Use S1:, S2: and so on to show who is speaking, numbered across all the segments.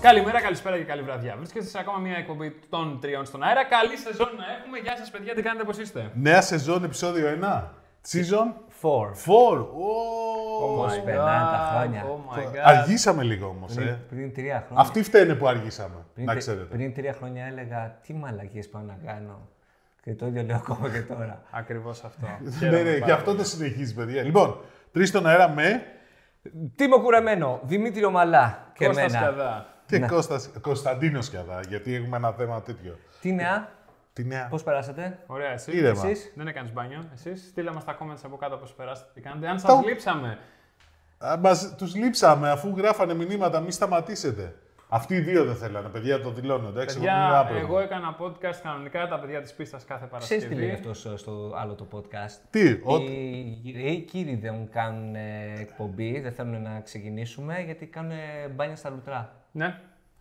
S1: Καλημέρα, καλησπέρα και καλή βραδιά. Βρίσκεστε σε ακόμα μια εκπομπή των τριών στον αέρα. Καλή σεζόν να έχουμε. Γεια σας, παιδιά, τι κάνετε, πώς είστε.
S2: Νέα σεζόν, επεισόδιο 1. Season 4.
S3: Four.
S2: Oh,
S3: Πώς περνάνε τα χρόνια.
S1: Oh my god.
S2: Αργήσαμε λίγο όμως. Ε.
S3: Πριν, πριν τρία χρόνια.
S2: Αυτοί φταίνε που αργήσαμε.
S3: πριν,
S2: να
S3: τε-
S2: ξέρετε.
S3: πριν τρία χρόνια έλεγα τι μαλακίες πάω να κάνω. Και το ίδιο λέω ακόμα και τώρα.
S1: Ακριβώς αυτό.
S2: ναι, ναι, γι' αυτό το συνεχίζει, παιδιά. Λοιπόν, τρεις στον αέρα με
S3: Τίμο Κουραμένο, Δημήτρη Ομαλά και
S1: Κώστας
S3: εμένα.
S1: Καδά.
S3: Ναι.
S2: και Κώστας, Κωνσταντίνος Σκιαδά, γιατί έχουμε ένα θέμα τέτοιο.
S3: Τι νέα,
S2: Τι νέα.
S3: πώς περάσατε.
S1: Ωραία, εσύ.
S2: Ήρεμα.
S3: Εσείς,
S1: Δεν έκανες μπάνιο. Εσείς στείλα μα τα comments από κάτω πώς περάσατε, τι κάνετε. Αν σα λείψαμε.
S2: Α, Μας, τους λείψαμε αφού γράφανε μηνύματα, μη σταματήσετε. Αυτοί οι δύο δεν θέλανε, παιδιά, το δηλώνω. Εντάξει, εγώ
S1: Παιδιά,
S2: άπρεπο.
S1: εγώ έκανα podcast κανονικά τα παιδιά της πίστας κάθε
S3: ξέρεις τι λέει
S1: Παρασκευή.
S3: αυτός ε, στο άλλο το podcast.
S2: Τι, ό,
S3: Οι, οι κύριοι δεν κάνουν ε, εκπομπή, δεν θέλουν να ξεκινήσουμε γιατί κάνουν ε, μπάνια στα λουτρά.
S1: Ναι,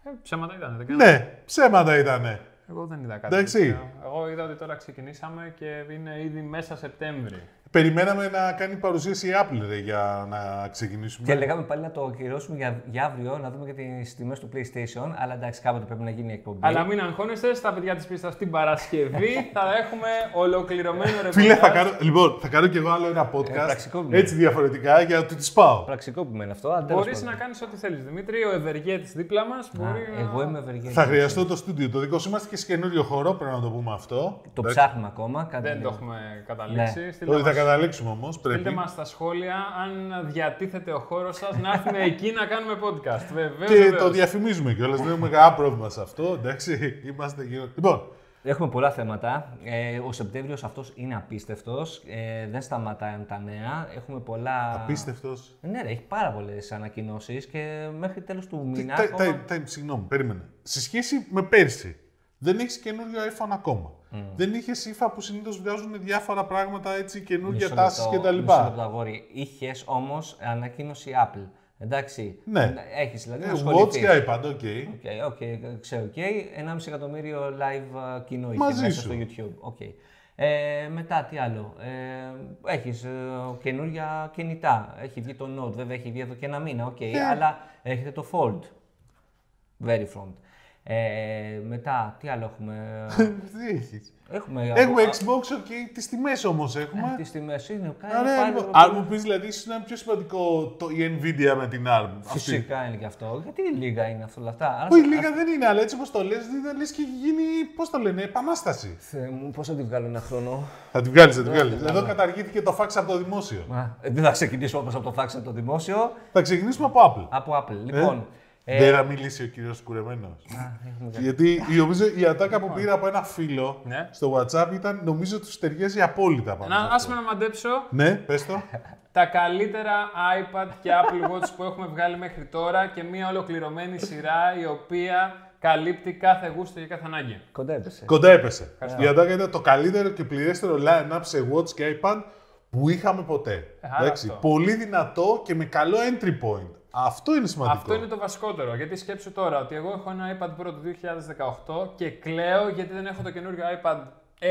S1: ε, ψέματα ήταν. Δεν κάνω.
S2: ναι, ψέματα ήτανε.
S1: Εγώ δεν είδα κάτι.
S2: Εντάξει.
S1: τέτοιο. Εγώ είδα ότι τώρα ξεκινήσαμε και είναι ήδη μέσα Σεπτέμβρη.
S2: Περιμέναμε να κάνει παρουσίαση η Apple ρε, για να ξεκινήσουμε.
S3: Και λέγαμε πάλι να το ακυρώσουμε για, για αύριο, να δούμε και τις τιμές του PlayStation. Αλλά εντάξει, κάποτε πρέπει να γίνει η εκπομπή.
S1: Αλλά μην αγχώνεστε, στα παιδιά της πίστας την Παρασκευή θα έχουμε ολοκληρωμένο ρεπορτάζ.
S2: Φίλε, θα κάνω, λοιπόν, θα κάνω κι εγώ άλλο ένα podcast
S3: πραξικόπημα.
S2: έτσι διαφορετικά για ότι τις πάω.
S3: Πραξικό που μένει αυτό. αλλά τέλος
S1: Μπορείς
S3: πάντων.
S1: να κάνεις ό,τι θέλεις. Δημήτρη, ο ευεργέτης δίπλα μας μπορεί.
S3: Α,
S1: να-
S3: Εγώ είμαι ευεργέτης.
S2: Θα χρειαστώ το στούντιο. Το δικό σου είμαστε και σε καινούριο χώρο, πρέπει να το πούμε αυτό.
S3: Το ψάχνουμε ακόμα. Κάτι
S1: Δεν το
S3: λίγο.
S1: έχουμε καταλήξει. Στείλτε
S2: Ότι θα
S1: μας-
S2: καταλήξουμε όμως.
S1: Στείλτε
S2: Πρέπει.
S1: μα στα σχόλια αν διατίθεται ο χώρος σας να έρθουμε εκεί να κάνουμε podcast. Βεβαίω.
S2: Και το διαφημίζουμε κιόλας. Δεν έχουμε κανένα πρόβλημα σε αυτό. Εντάξει, είμαστε γύρω. Λοιπόν,
S3: Έχουμε πολλά θέματα. Ε, ο Σεπτέμβριος αυτός είναι απίστευτος. Ε, δεν σταματάνε τα νέα. Έχουμε πολλά.
S2: απίστευτος.
S3: Ναι, ρε, έχει πάρα πολλές ανακοινώσεις και μέχρι τέλος του μήνα.
S2: Time,
S3: ακόμα-
S2: time, time, συγγνώμη, περίμενε. Σε σχέση με πέρσι, δεν έχεις καινούριο iPhone ακόμα.
S3: Mm.
S2: Δεν είχες ύφα που συνήθως βγάζουν διάφορα πράγματα έτσι, καινούργια
S3: Μισό
S2: τάσεις
S3: λεπτό-
S2: κτλ.
S3: μισό λεπτό, αγόρι. Είχες όμως ανακοίνωση Apple. Εντάξει.
S2: Ναι.
S3: Έχεις δηλαδή. να
S2: Ε, Watch
S3: ασχοληθείς.
S2: και iPad, οκ.
S3: Οκ, οκ, ξέρω, οκ. 1,5 εκατομμύριο live ε, κοινό είχε
S2: Μαζί
S3: μέσα
S2: σου.
S3: στο YouTube. Οκ. Ε, μετά, τι άλλο. Ε, έχεις ε, καινούργια κινητά. Έχει βγει το Note, βέβαια έχει βγει εδώ και ένα μήνα, οκ.
S2: Ναι.
S3: Αλλά έχετε το Fold. Very front. Ε, μετά, τι άλλο έχουμε.
S2: Τι έχεις.
S3: έχουμε ε,
S2: Έχουμε Xbox, οκ, τις τιμές όμως έχουμε.
S3: Τις τιμές είναι κάτι
S2: Άρα,
S3: πάλι-
S2: λοιπόν, αν μου πεις δηλαδή, ίσως να είναι πιο σημαντικό το, η Nvidia με την ARM. Αυτή.
S3: Φυσικά είναι και αυτό. Γιατί λίγα είναι αυτό όλα αυτά.
S2: Όχι, λίγα δεν είναι, αλλά έτσι όπως το λες, δεν λες και έχει γίνει, πώς το λένε, επανάσταση.
S3: Θεέ μου, πώς θα τη βγάλω ένα χρόνο.
S2: Θα την βγάλεις, θα
S3: Ναι,
S2: την βγάλεις. Εδώ καταργήθηκε το fax από το δημόσιο.
S3: Α, ε, Δεν θα ξεκινήσω όπως από το fax από το δημόσιο.
S2: Θα ξεκινήσουμε από Apple.
S3: Από Apple. Λοιπόν, ε,
S2: Δεν θα μιλήσει ο κύριος Κουρεμένος. Γιατί η- νομίζω η ατάκα που πήρα από ένα φίλο
S1: Ναι.
S2: στο WhatsApp ήταν, νομίζω τους ταιριάζει απόλυτα πάνω. σε
S1: Να,
S2: αυτό.
S1: ας με να μαντέψω
S2: Ναι, πες το.
S1: τα καλύτερα iPad και Apple Watch που έχουμε βγάλει μέχρι τώρα και μια ολοκληρωμένη σειρά η οποία καλύπτει κάθε γούστο και κάθε ανάγκη.
S3: κοντά έπεσε.
S2: Κοντά έπεσε. Η Αντάκα ήταν το καλύτερο και πληρέστερο line-up σε watch και iPad που είχαμε ποτέ.
S1: Ε, άρα αυτό.
S2: Πολύ δυνατό και με καλό entry point. Αυτό είναι σημαντικό.
S1: Αυτό είναι το βασικότερο. Γιατί σκέψου τώρα ότι εγώ έχω ένα iPad Pro του 2018 και κλαίω γιατί δεν έχω το καινούριο iPad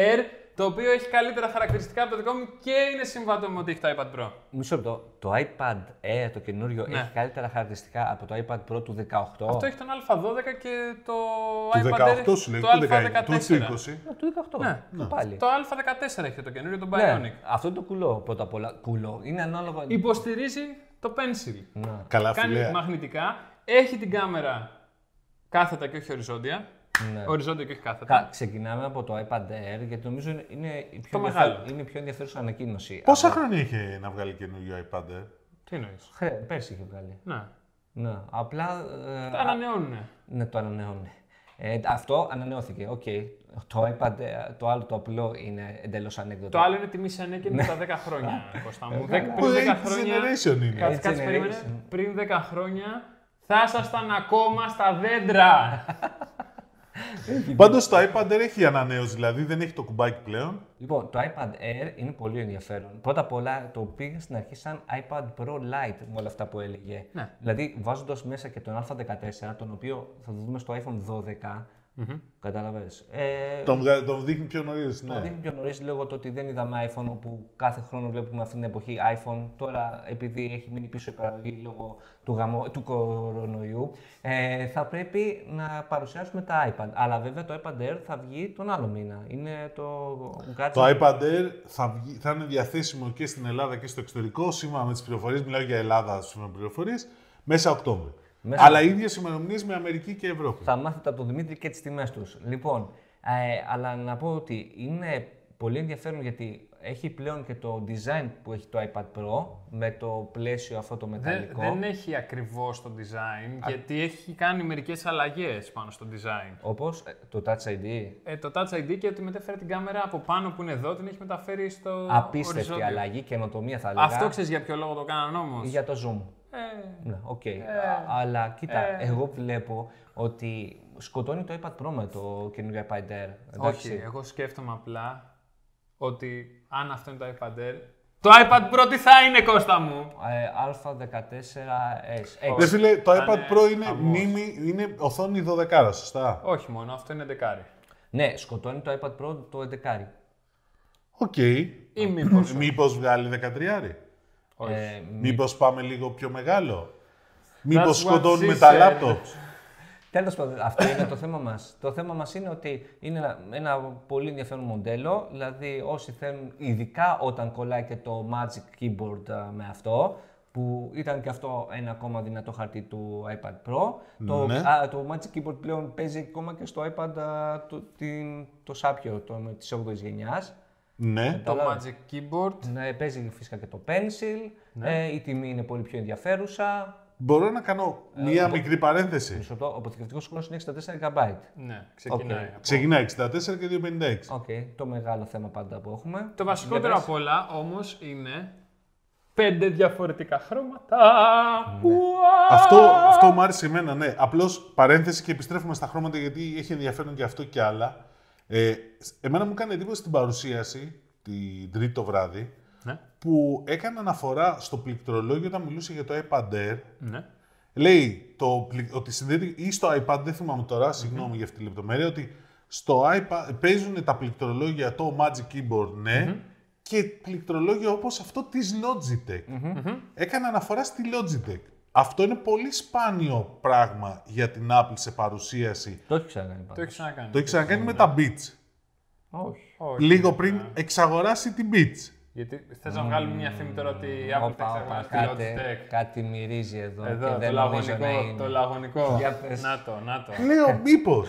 S1: Air το οποίο έχει καλύτερα χαρακτηριστικά από το δικό μου και είναι συμβατό με ότι έχει το iPad Pro.
S3: Μισό λεπτό. Το iPad Air το καινούριο
S1: Ναι.
S3: έχει καλύτερα χαρακτηριστικά από το iPad Pro του 18.
S1: Αυτό έχει τον Α12 και το
S2: Του
S1: iPad Air
S2: 18
S1: έχει
S2: σου λέει,
S1: το
S2: του 19, του
S1: Α14.
S2: 20.
S3: Ε, Του 18.
S1: Ναι.
S3: Και Πάλι.
S1: Το Α14 έχει το καινούριο, το Bionic.
S3: Ναι. Αυτό είναι το κουλό πρώτα απ' όλα. Κουλό. Είναι ανάλογο.
S1: Υποστηρίζει το Pencil.
S3: Να.
S2: Καλά
S1: Κάνει
S2: φιλέα.
S1: μαγνητικά. Έχει την κάμερα κάθετα και όχι οριζόντια.
S3: Ναι.
S1: Οριζόντια και όχι κάθετα.
S3: Κα- Ξεκινάμε από το iPad Air γιατί νομίζω είναι- είναι η πιο,
S1: Το
S3: ενδιαφέρου-
S1: μεγάλο.
S3: είναι η πιο ενδιαφέρουσα ανακοίνωση.
S2: Πόσα χρόνια είχε να βγάλει καινούριο iPad, ε?
S1: Τι εννοείς.
S3: Χρε, πέρσι είχε βγάλει.
S1: Ναι.
S3: Ναι. Απλά. ε,
S1: Τα ανανεώνουνε.
S3: Ναι, το ανανεώνει. Ε, αυτό ανανεώθηκε. Οκ. Το iPad, ε, το άλλο το απλό είναι εντελώς ανέκδοτο.
S1: Το άλλο είναι τιμή σε νέκη μετά 10 χρόνια, Κώστα μου. Δέκα-
S2: Ναι. Ε, Που
S1: Πριν 10
S2: 8th
S1: χρόνια.
S2: generation είναι.
S1: Κάτσε, κάτσε,
S3: Ε, generation.
S1: περίμενε. Πριν 10 χρόνια θα ήσασταν ακόμα στα δέντρα.
S2: Πάντως το iPad δεν έχει ανανέωση, δηλαδή δεν έχει το κουμπάκι πλέον.
S3: Λοιπόν, το iPad Air είναι πολύ ενδιαφέρον. Πρώτα απ' όλα το πήγα στην αρχή σαν iPad Pro Lite με όλα αυτά που έλεγε.
S1: Ναι.
S3: Δηλαδή, βάζοντας μέσα και τον Α14, τον οποίο θα το δούμε στο iPhone 12, Κατάλαβες. Ε,
S2: Τον, βγα- τον δείχνει πιο νωρίς,
S3: Το
S2: ναι.
S3: δείχνει πιο νωρίς λόγω του ότι δεν είδαμε iPhone όπου κάθε χρόνο βλέπουμε αυτή την εποχή iPhone. Τώρα, επειδή έχει μείνει πίσω η παραγωγή λόγω του, γαμό, του κορονοϊού, ε, θα πρέπει να παρουσιάσουμε τα iPad. Αλλά βέβαια το iPad Air θα βγει τον άλλο μήνα. Είναι το gadget.
S2: Το iPad Air θα, βγει- θα είναι διαθέσιμο και στην Ελλάδα και στο εξωτερικό. Σήμερα με τις πληροφορίες, μιλάω για Ελλάδα σήμερα πληροφορίες, μέσα Οκτώβρη.
S3: Μέσα
S2: Αλλά ίδιες ημερομηνίες με Αμερική και Ευρώπη.
S3: Θα μάθετε από τον Δημήτρη και τις τιμές τους. Λοιπόν, ε, αλλά να πω ότι είναι πολύ ενδιαφέρον γιατί έχει πλέον και το design που έχει το iPad Pro με το πλαίσιο αυτό το
S1: Δεν,
S3: μεταλλικό.
S1: δεν έχει ακριβώς το design, γιατί έχει κάνει μερικές αλλαγές πάνω στο design.
S3: Όπως ε, το Touch ID.
S1: Ε, το Touch ID και ότι μετέφερε την κάμερα από πάνω που είναι εδώ, την έχει μεταφέρει στο.
S3: Απίστευτη
S1: οριζόντιο.
S3: αλλαγή, καινοτομία θα έλεγα.
S1: Αυτό ξέρεις για ποιο λόγο το κάνανε όμως.
S3: για το Zoom.
S1: Ε,
S3: Ναι, οκ. Α- Αλλά κοίτα, εγώ βλέπω ότι σκοτώνει το iPad Pro με το καινούργιο iPad Air.
S1: όχι,
S3: εντάξει.
S1: εγώ σκέφτομαι απλά ότι αν αυτό είναι το iPad Air. Το iPad Pro τι θα είναι, Κώστα μου!
S3: Ε, Α14S.
S2: Ρε φίλε, το
S1: Θα
S2: iPad Pro είναι
S1: χαμός.
S2: μνήμη, είναι οθόνη 12, σωστά.
S1: Όχι μόνο, αυτό είναι δεκάρι.
S3: Ναι, σκοτώνει το iPad Pro το 11.
S2: Οκ.
S1: Ή μήπως.
S2: Μήπως βγάλει 13.
S1: όχι.
S3: Ε,
S2: Μήπως πάμε λίγο πιο μεγάλο. Μήπως
S1: what
S2: σκοτώνουμε
S1: she
S2: τα
S1: said.
S2: λάπτοπ.
S3: Τέλος πάντων, αυτό είναι το θέμα μας. Το θέμα μας είναι ότι είναι ένα, ένα πολύ ενδιαφέρον μοντέλο. Δηλαδή, όσοι θέλουν, ειδικά όταν κολλάει και το Magic Keyboard α, με αυτό, που ήταν και αυτό ένα ακόμα δυνατό χαρτί του iPad Pro. Το,
S2: Ναι.
S3: α, το Magic Keyboard πλέον παίζει ακόμα και στο iPad α, το, την, το Sapio το, τη 8η γενιάς.
S2: Ναι.
S1: το Magic Keyboard.
S3: Ναι, παίζει φυσικά και το Pencil. Ε, η τιμή είναι πολύ πιο ενδιαφέρουσα.
S2: Μπορώ να κάνω μία μικρή παρένθεση.
S3: Μισό λεπτό, Ο αποθηκευτικός χρόνος είναι 64 GB.
S1: Ναι, ξεκινάει.
S2: Ξεκινάει 64 και 256.
S3: Οκ, το μεγάλο θέμα πάντα που έχουμε.
S1: Το βασικότερο απ' όλα όμως είναι πέντε διαφορετικά χρώματα.
S3: Ναι.
S1: Ουα!
S2: Αυτό, αυτό μου άρεσε εμένα, ναι. Απλώς παρένθεση και επιστρέφουμε στα χρώματα γιατί έχει ενδιαφέρον και αυτό και άλλα. Ε, εμένα μου κάνει εντύπωση την παρουσίαση την Τρίτη το βράδυ
S1: Ναι,
S2: που έκανε αναφορά στο πληκτρολόγιο όταν μιλούσε για το iPad Air
S1: ναι.
S2: Λέει το, πλη- ότι συνδέεται ή στο iPad, δεν θυμάμαι τώρα, συγγνώμη για αυτή τη λεπτομέρεια, ότι στο iPad παίζουν τα πληκτρολόγια το Magic Keyboard, ναι, και πληκτρολόγια όπως αυτό της Logitech. Έκανε αναφορά στη Logitech. Αυτό είναι πολύ σπάνιο πράγμα για την Apple σε παρουσίαση.
S3: Το έχει ξανακάνει
S1: Το
S3: πάντα.
S1: έχει ξανακάνει.
S2: Το έχει ξανακάνει με τα Beats.
S3: Όχι. ναι.
S1: Όχι.
S2: Λίγο πριν εξαγοράσει την Beats.
S1: Γιατί θες να βγάλουμε μια φήμη τώρα ότι η Apple
S3: Όπα,
S1: Tech
S3: όπα,
S1: θα
S3: κάτι,
S1: βγάλει τη Logitech.
S3: κάτι μυρίζει εδώ,
S1: Εδώ,
S3: και
S1: το
S3: δεν νομίζω να
S1: λαγωνικό. Το
S3: είναι.
S1: λαγωνικό.
S3: Για πες.
S1: Να το, να το.
S3: Ε.
S2: Λέω μήπω.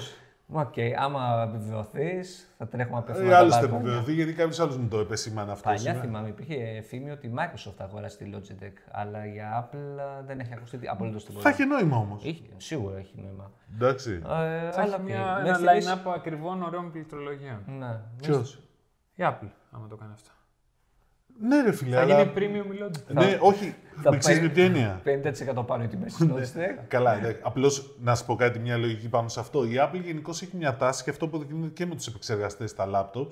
S3: Οκ, άμα επιβεβαιωθείς, θα τρέχουμε απευθεία.
S2: Άλλο θα επιβεβαιωθεί Ε, δηλαδή, γιατί κάποιος άλλος μου το επεσήμανε αυτό.
S3: Ε,
S2: ναι.
S3: Παλιά
S2: σήμερα.
S3: θυμάμαι, υπήρχε φήμη ότι η Microsoft θα αγοράσει τη Logitech, αλλά για Apple α, δεν έχει ακουστεί απολύτω
S2: Θα
S3: τίποτα.
S2: είχε νόημα όμως.
S3: Είχε, σίγουρα έχει νόημα.
S2: Εντάξει.
S3: Ε,
S1: Θα
S3: αλλά
S1: έχει
S3: οκ,
S1: μια,
S3: μέχρι
S1: ένα
S3: στιγμής-
S1: line-up ακριβών ωραίων πληκτρολογιών.
S3: Ναι,
S2: Ποιος?
S1: Η Apple, άμα το κάνει αυτό.
S2: Ναι, ρε φίλε.
S1: Θα
S2: αλλά-
S1: γίνει premium η Logitech.
S2: Ναι, όχι.
S3: θα
S2: Με ξέρεις
S3: πάει-
S2: με ποια έννοια. Ε,
S3: 50% πάνω οι τιμές της Logitech.
S2: Καλά, απλώς να σου πω κάτι, μια λογική πάνω σε αυτό. Η Apple γενικώς έχει μια τάση και αυτό που αποδεικνύεται και με τους επεξεργαστές στα laptops,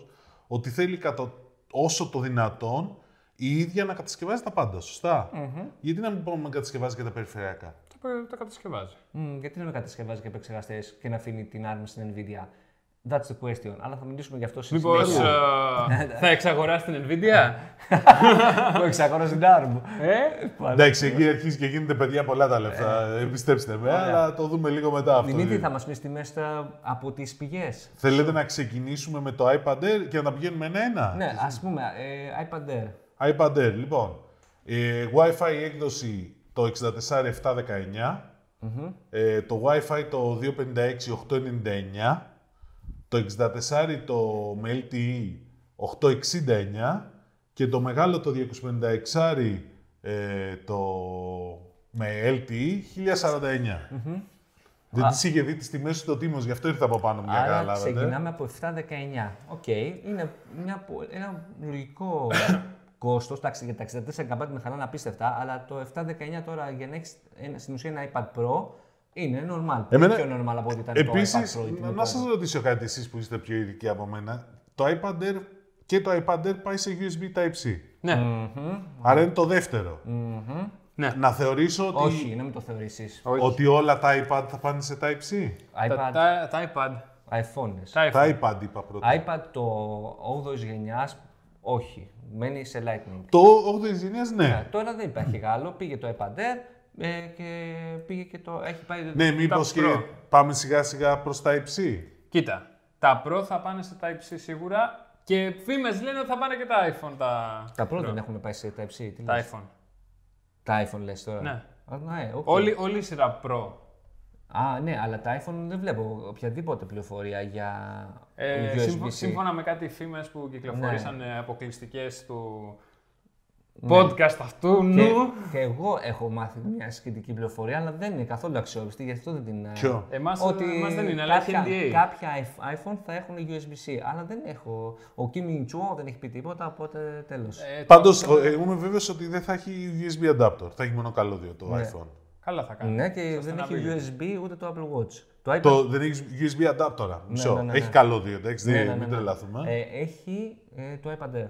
S2: ότι θέλει κατά όσο το δυνατόν η ίδια να κατασκευάζει τα πάντα. σωστα Γιατί να μην πάμε να κατασκευάζει και τα περιφερειακά.
S1: Το, το κατασκευάζει.
S3: Μμμ, γιατί να με κατασκευάζει και επεξεργαστές και να αφήνει την ARM στην Nvidia. That's the question. Αλλά θα μιλήσουμε γι' αυτό στη
S1: Μήπω
S2: Λοιπόν,
S3: συνέχεια.
S1: θα εξαγοράσει την Nvidia.
S3: Που εξαγόρασε την ARM.
S1: ε,
S2: Εντάξει, εκεί αρχίζει και γίνεται παιδιά πολλά τα λεφτά. Ε, πιστέψτε με, αλλά το δούμε λίγο μετά αυτό. δηλαδή.
S3: Δημήτρη, θα μας πεις τιμέ από τις πηγές.
S2: Θέλετε να ξεκινήσουμε με το iPad Air και να τα πηγαίνουμε ένα-ένα.
S3: Ναι, ας πούμε, ε, iPad Air.
S2: iPad Air, λοιπόν. Ε, Wi-Fi έκδοση το 64719. Ε, το Wi-Fi το 256-899. Το 64 το E με LTE 869. Και το μεγάλο το 256 ε, το E με LTE 1049. Δεν τις είχε δει τις τιμές του το Τίμος, γι' αυτό ήρθα από πάνω μου για να
S3: Άρα
S2: καταλάβετε.
S3: ξεκινάμε από 7-19. Οκ, είναι μια, πο- ένα λογικό κόστος. Εντάξει, για τα 64 GB με χαρά είναι απίστευτα, αλλά το 7-19 τώρα για να έχεις στην ουσία ένα iPad Pro είναι normal.
S2: Εμένα-
S3: Πιο normal από ό,τι ήταν
S2: Επίσης,
S3: το iPad Pro. η τιμή
S2: να,
S3: του
S2: να σας ρωτήσω κάτι εσείς που είστε πιο ειδικοί από μένα. Το iPad Air και το iPad Air πάει σε USB Type-C.
S1: ναι.
S2: Άρα είναι το δευτερο
S1: Ναι.
S2: Να θεωρήσω ότι,
S3: Όχι, να μην το θεωρήσεις.
S1: Όχι.
S2: ότι όλα τα iPad θα πάνε σε Type-C.
S1: Τα,
S3: iPad.
S1: τα, τα iPad.
S3: iPhones.
S1: Τα iPhone.
S2: Τα iPad είπα πρώτα.
S3: iPad το 8 γενιάς, όχι. Μένει σε Lightning. Ε,
S2: Το 8η γενιάς, ναι.
S3: Τώρα δεν υπάρχει άλλο. Πήγε το iPad Air ε, και πήγε και το. Έχει πάει.
S2: Ναι, μήπω
S1: Τα
S2: και
S1: Pro.
S2: πάμε σιγά σιγά προς τα υψί.
S1: Κοίτα, τα Pro θα πάνε σε Type-C σίγουρα και φήμες λένε ότι θα πάνε και τα iPhone τα,
S3: Τα πρώτα δεν έχουν πάει σε Type-C. Τι
S1: Ναι. τα
S3: λες?
S1: iPhone.
S3: Τα iPhone λες τώρα.
S1: Ναι.
S3: Α, ναι, οκ.
S1: Όλη, όλη η σειρά Pro.
S3: Α, ναι, αλλά τα iPhone δεν βλέπω οποιαδήποτε πληροφορία για
S1: Ε, σύμφω-
S3: USB-C.
S1: σύμφωνα με κάτι φήμες που
S3: Ναι.
S1: κυκλοφορήσαν ε, αποκλειστικές του podcast αυτού,
S3: Και,
S1: νου.
S3: και εγώ έχω μάθει μια σχετική πληροφορία, αλλά δεν είναι καθόλου αξιόπιστη, γι' αυτό δεν την. ε,
S2: Ποιο?
S1: Εμάς, εμάς δεν είναι, αλλά έχει
S3: κάποια,
S1: NDA.
S3: κάποια iPh- iPhone θα έχουν USB-C, αλλά δεν έχω. Ο Kim Min Chua δεν έχει πει τίποτα, οπότε τέλος.
S1: Ε, το-
S2: Πάντως, εγώ είμαι βέβαιος ότι δεν θα έχει USB adapter. Θα έχει μόνο καλώδιο το iPhone.
S1: Καλά θα κάνει.
S3: ναι, και δεν
S1: να
S3: έχει
S1: πήγε.
S3: USB ούτε το Apple Watch. Το iPad
S2: Το, δεν έχει USB adapter. Μισό.
S3: ναι, ναι, ναι.
S2: Έχει καλώδιο, εντάξει,
S3: Ναι,
S2: δεν-
S3: ναι, ναι,
S2: μην
S3: ναι.
S2: τρελαθούμε.
S3: Ε, έχει ε, το iPad Air.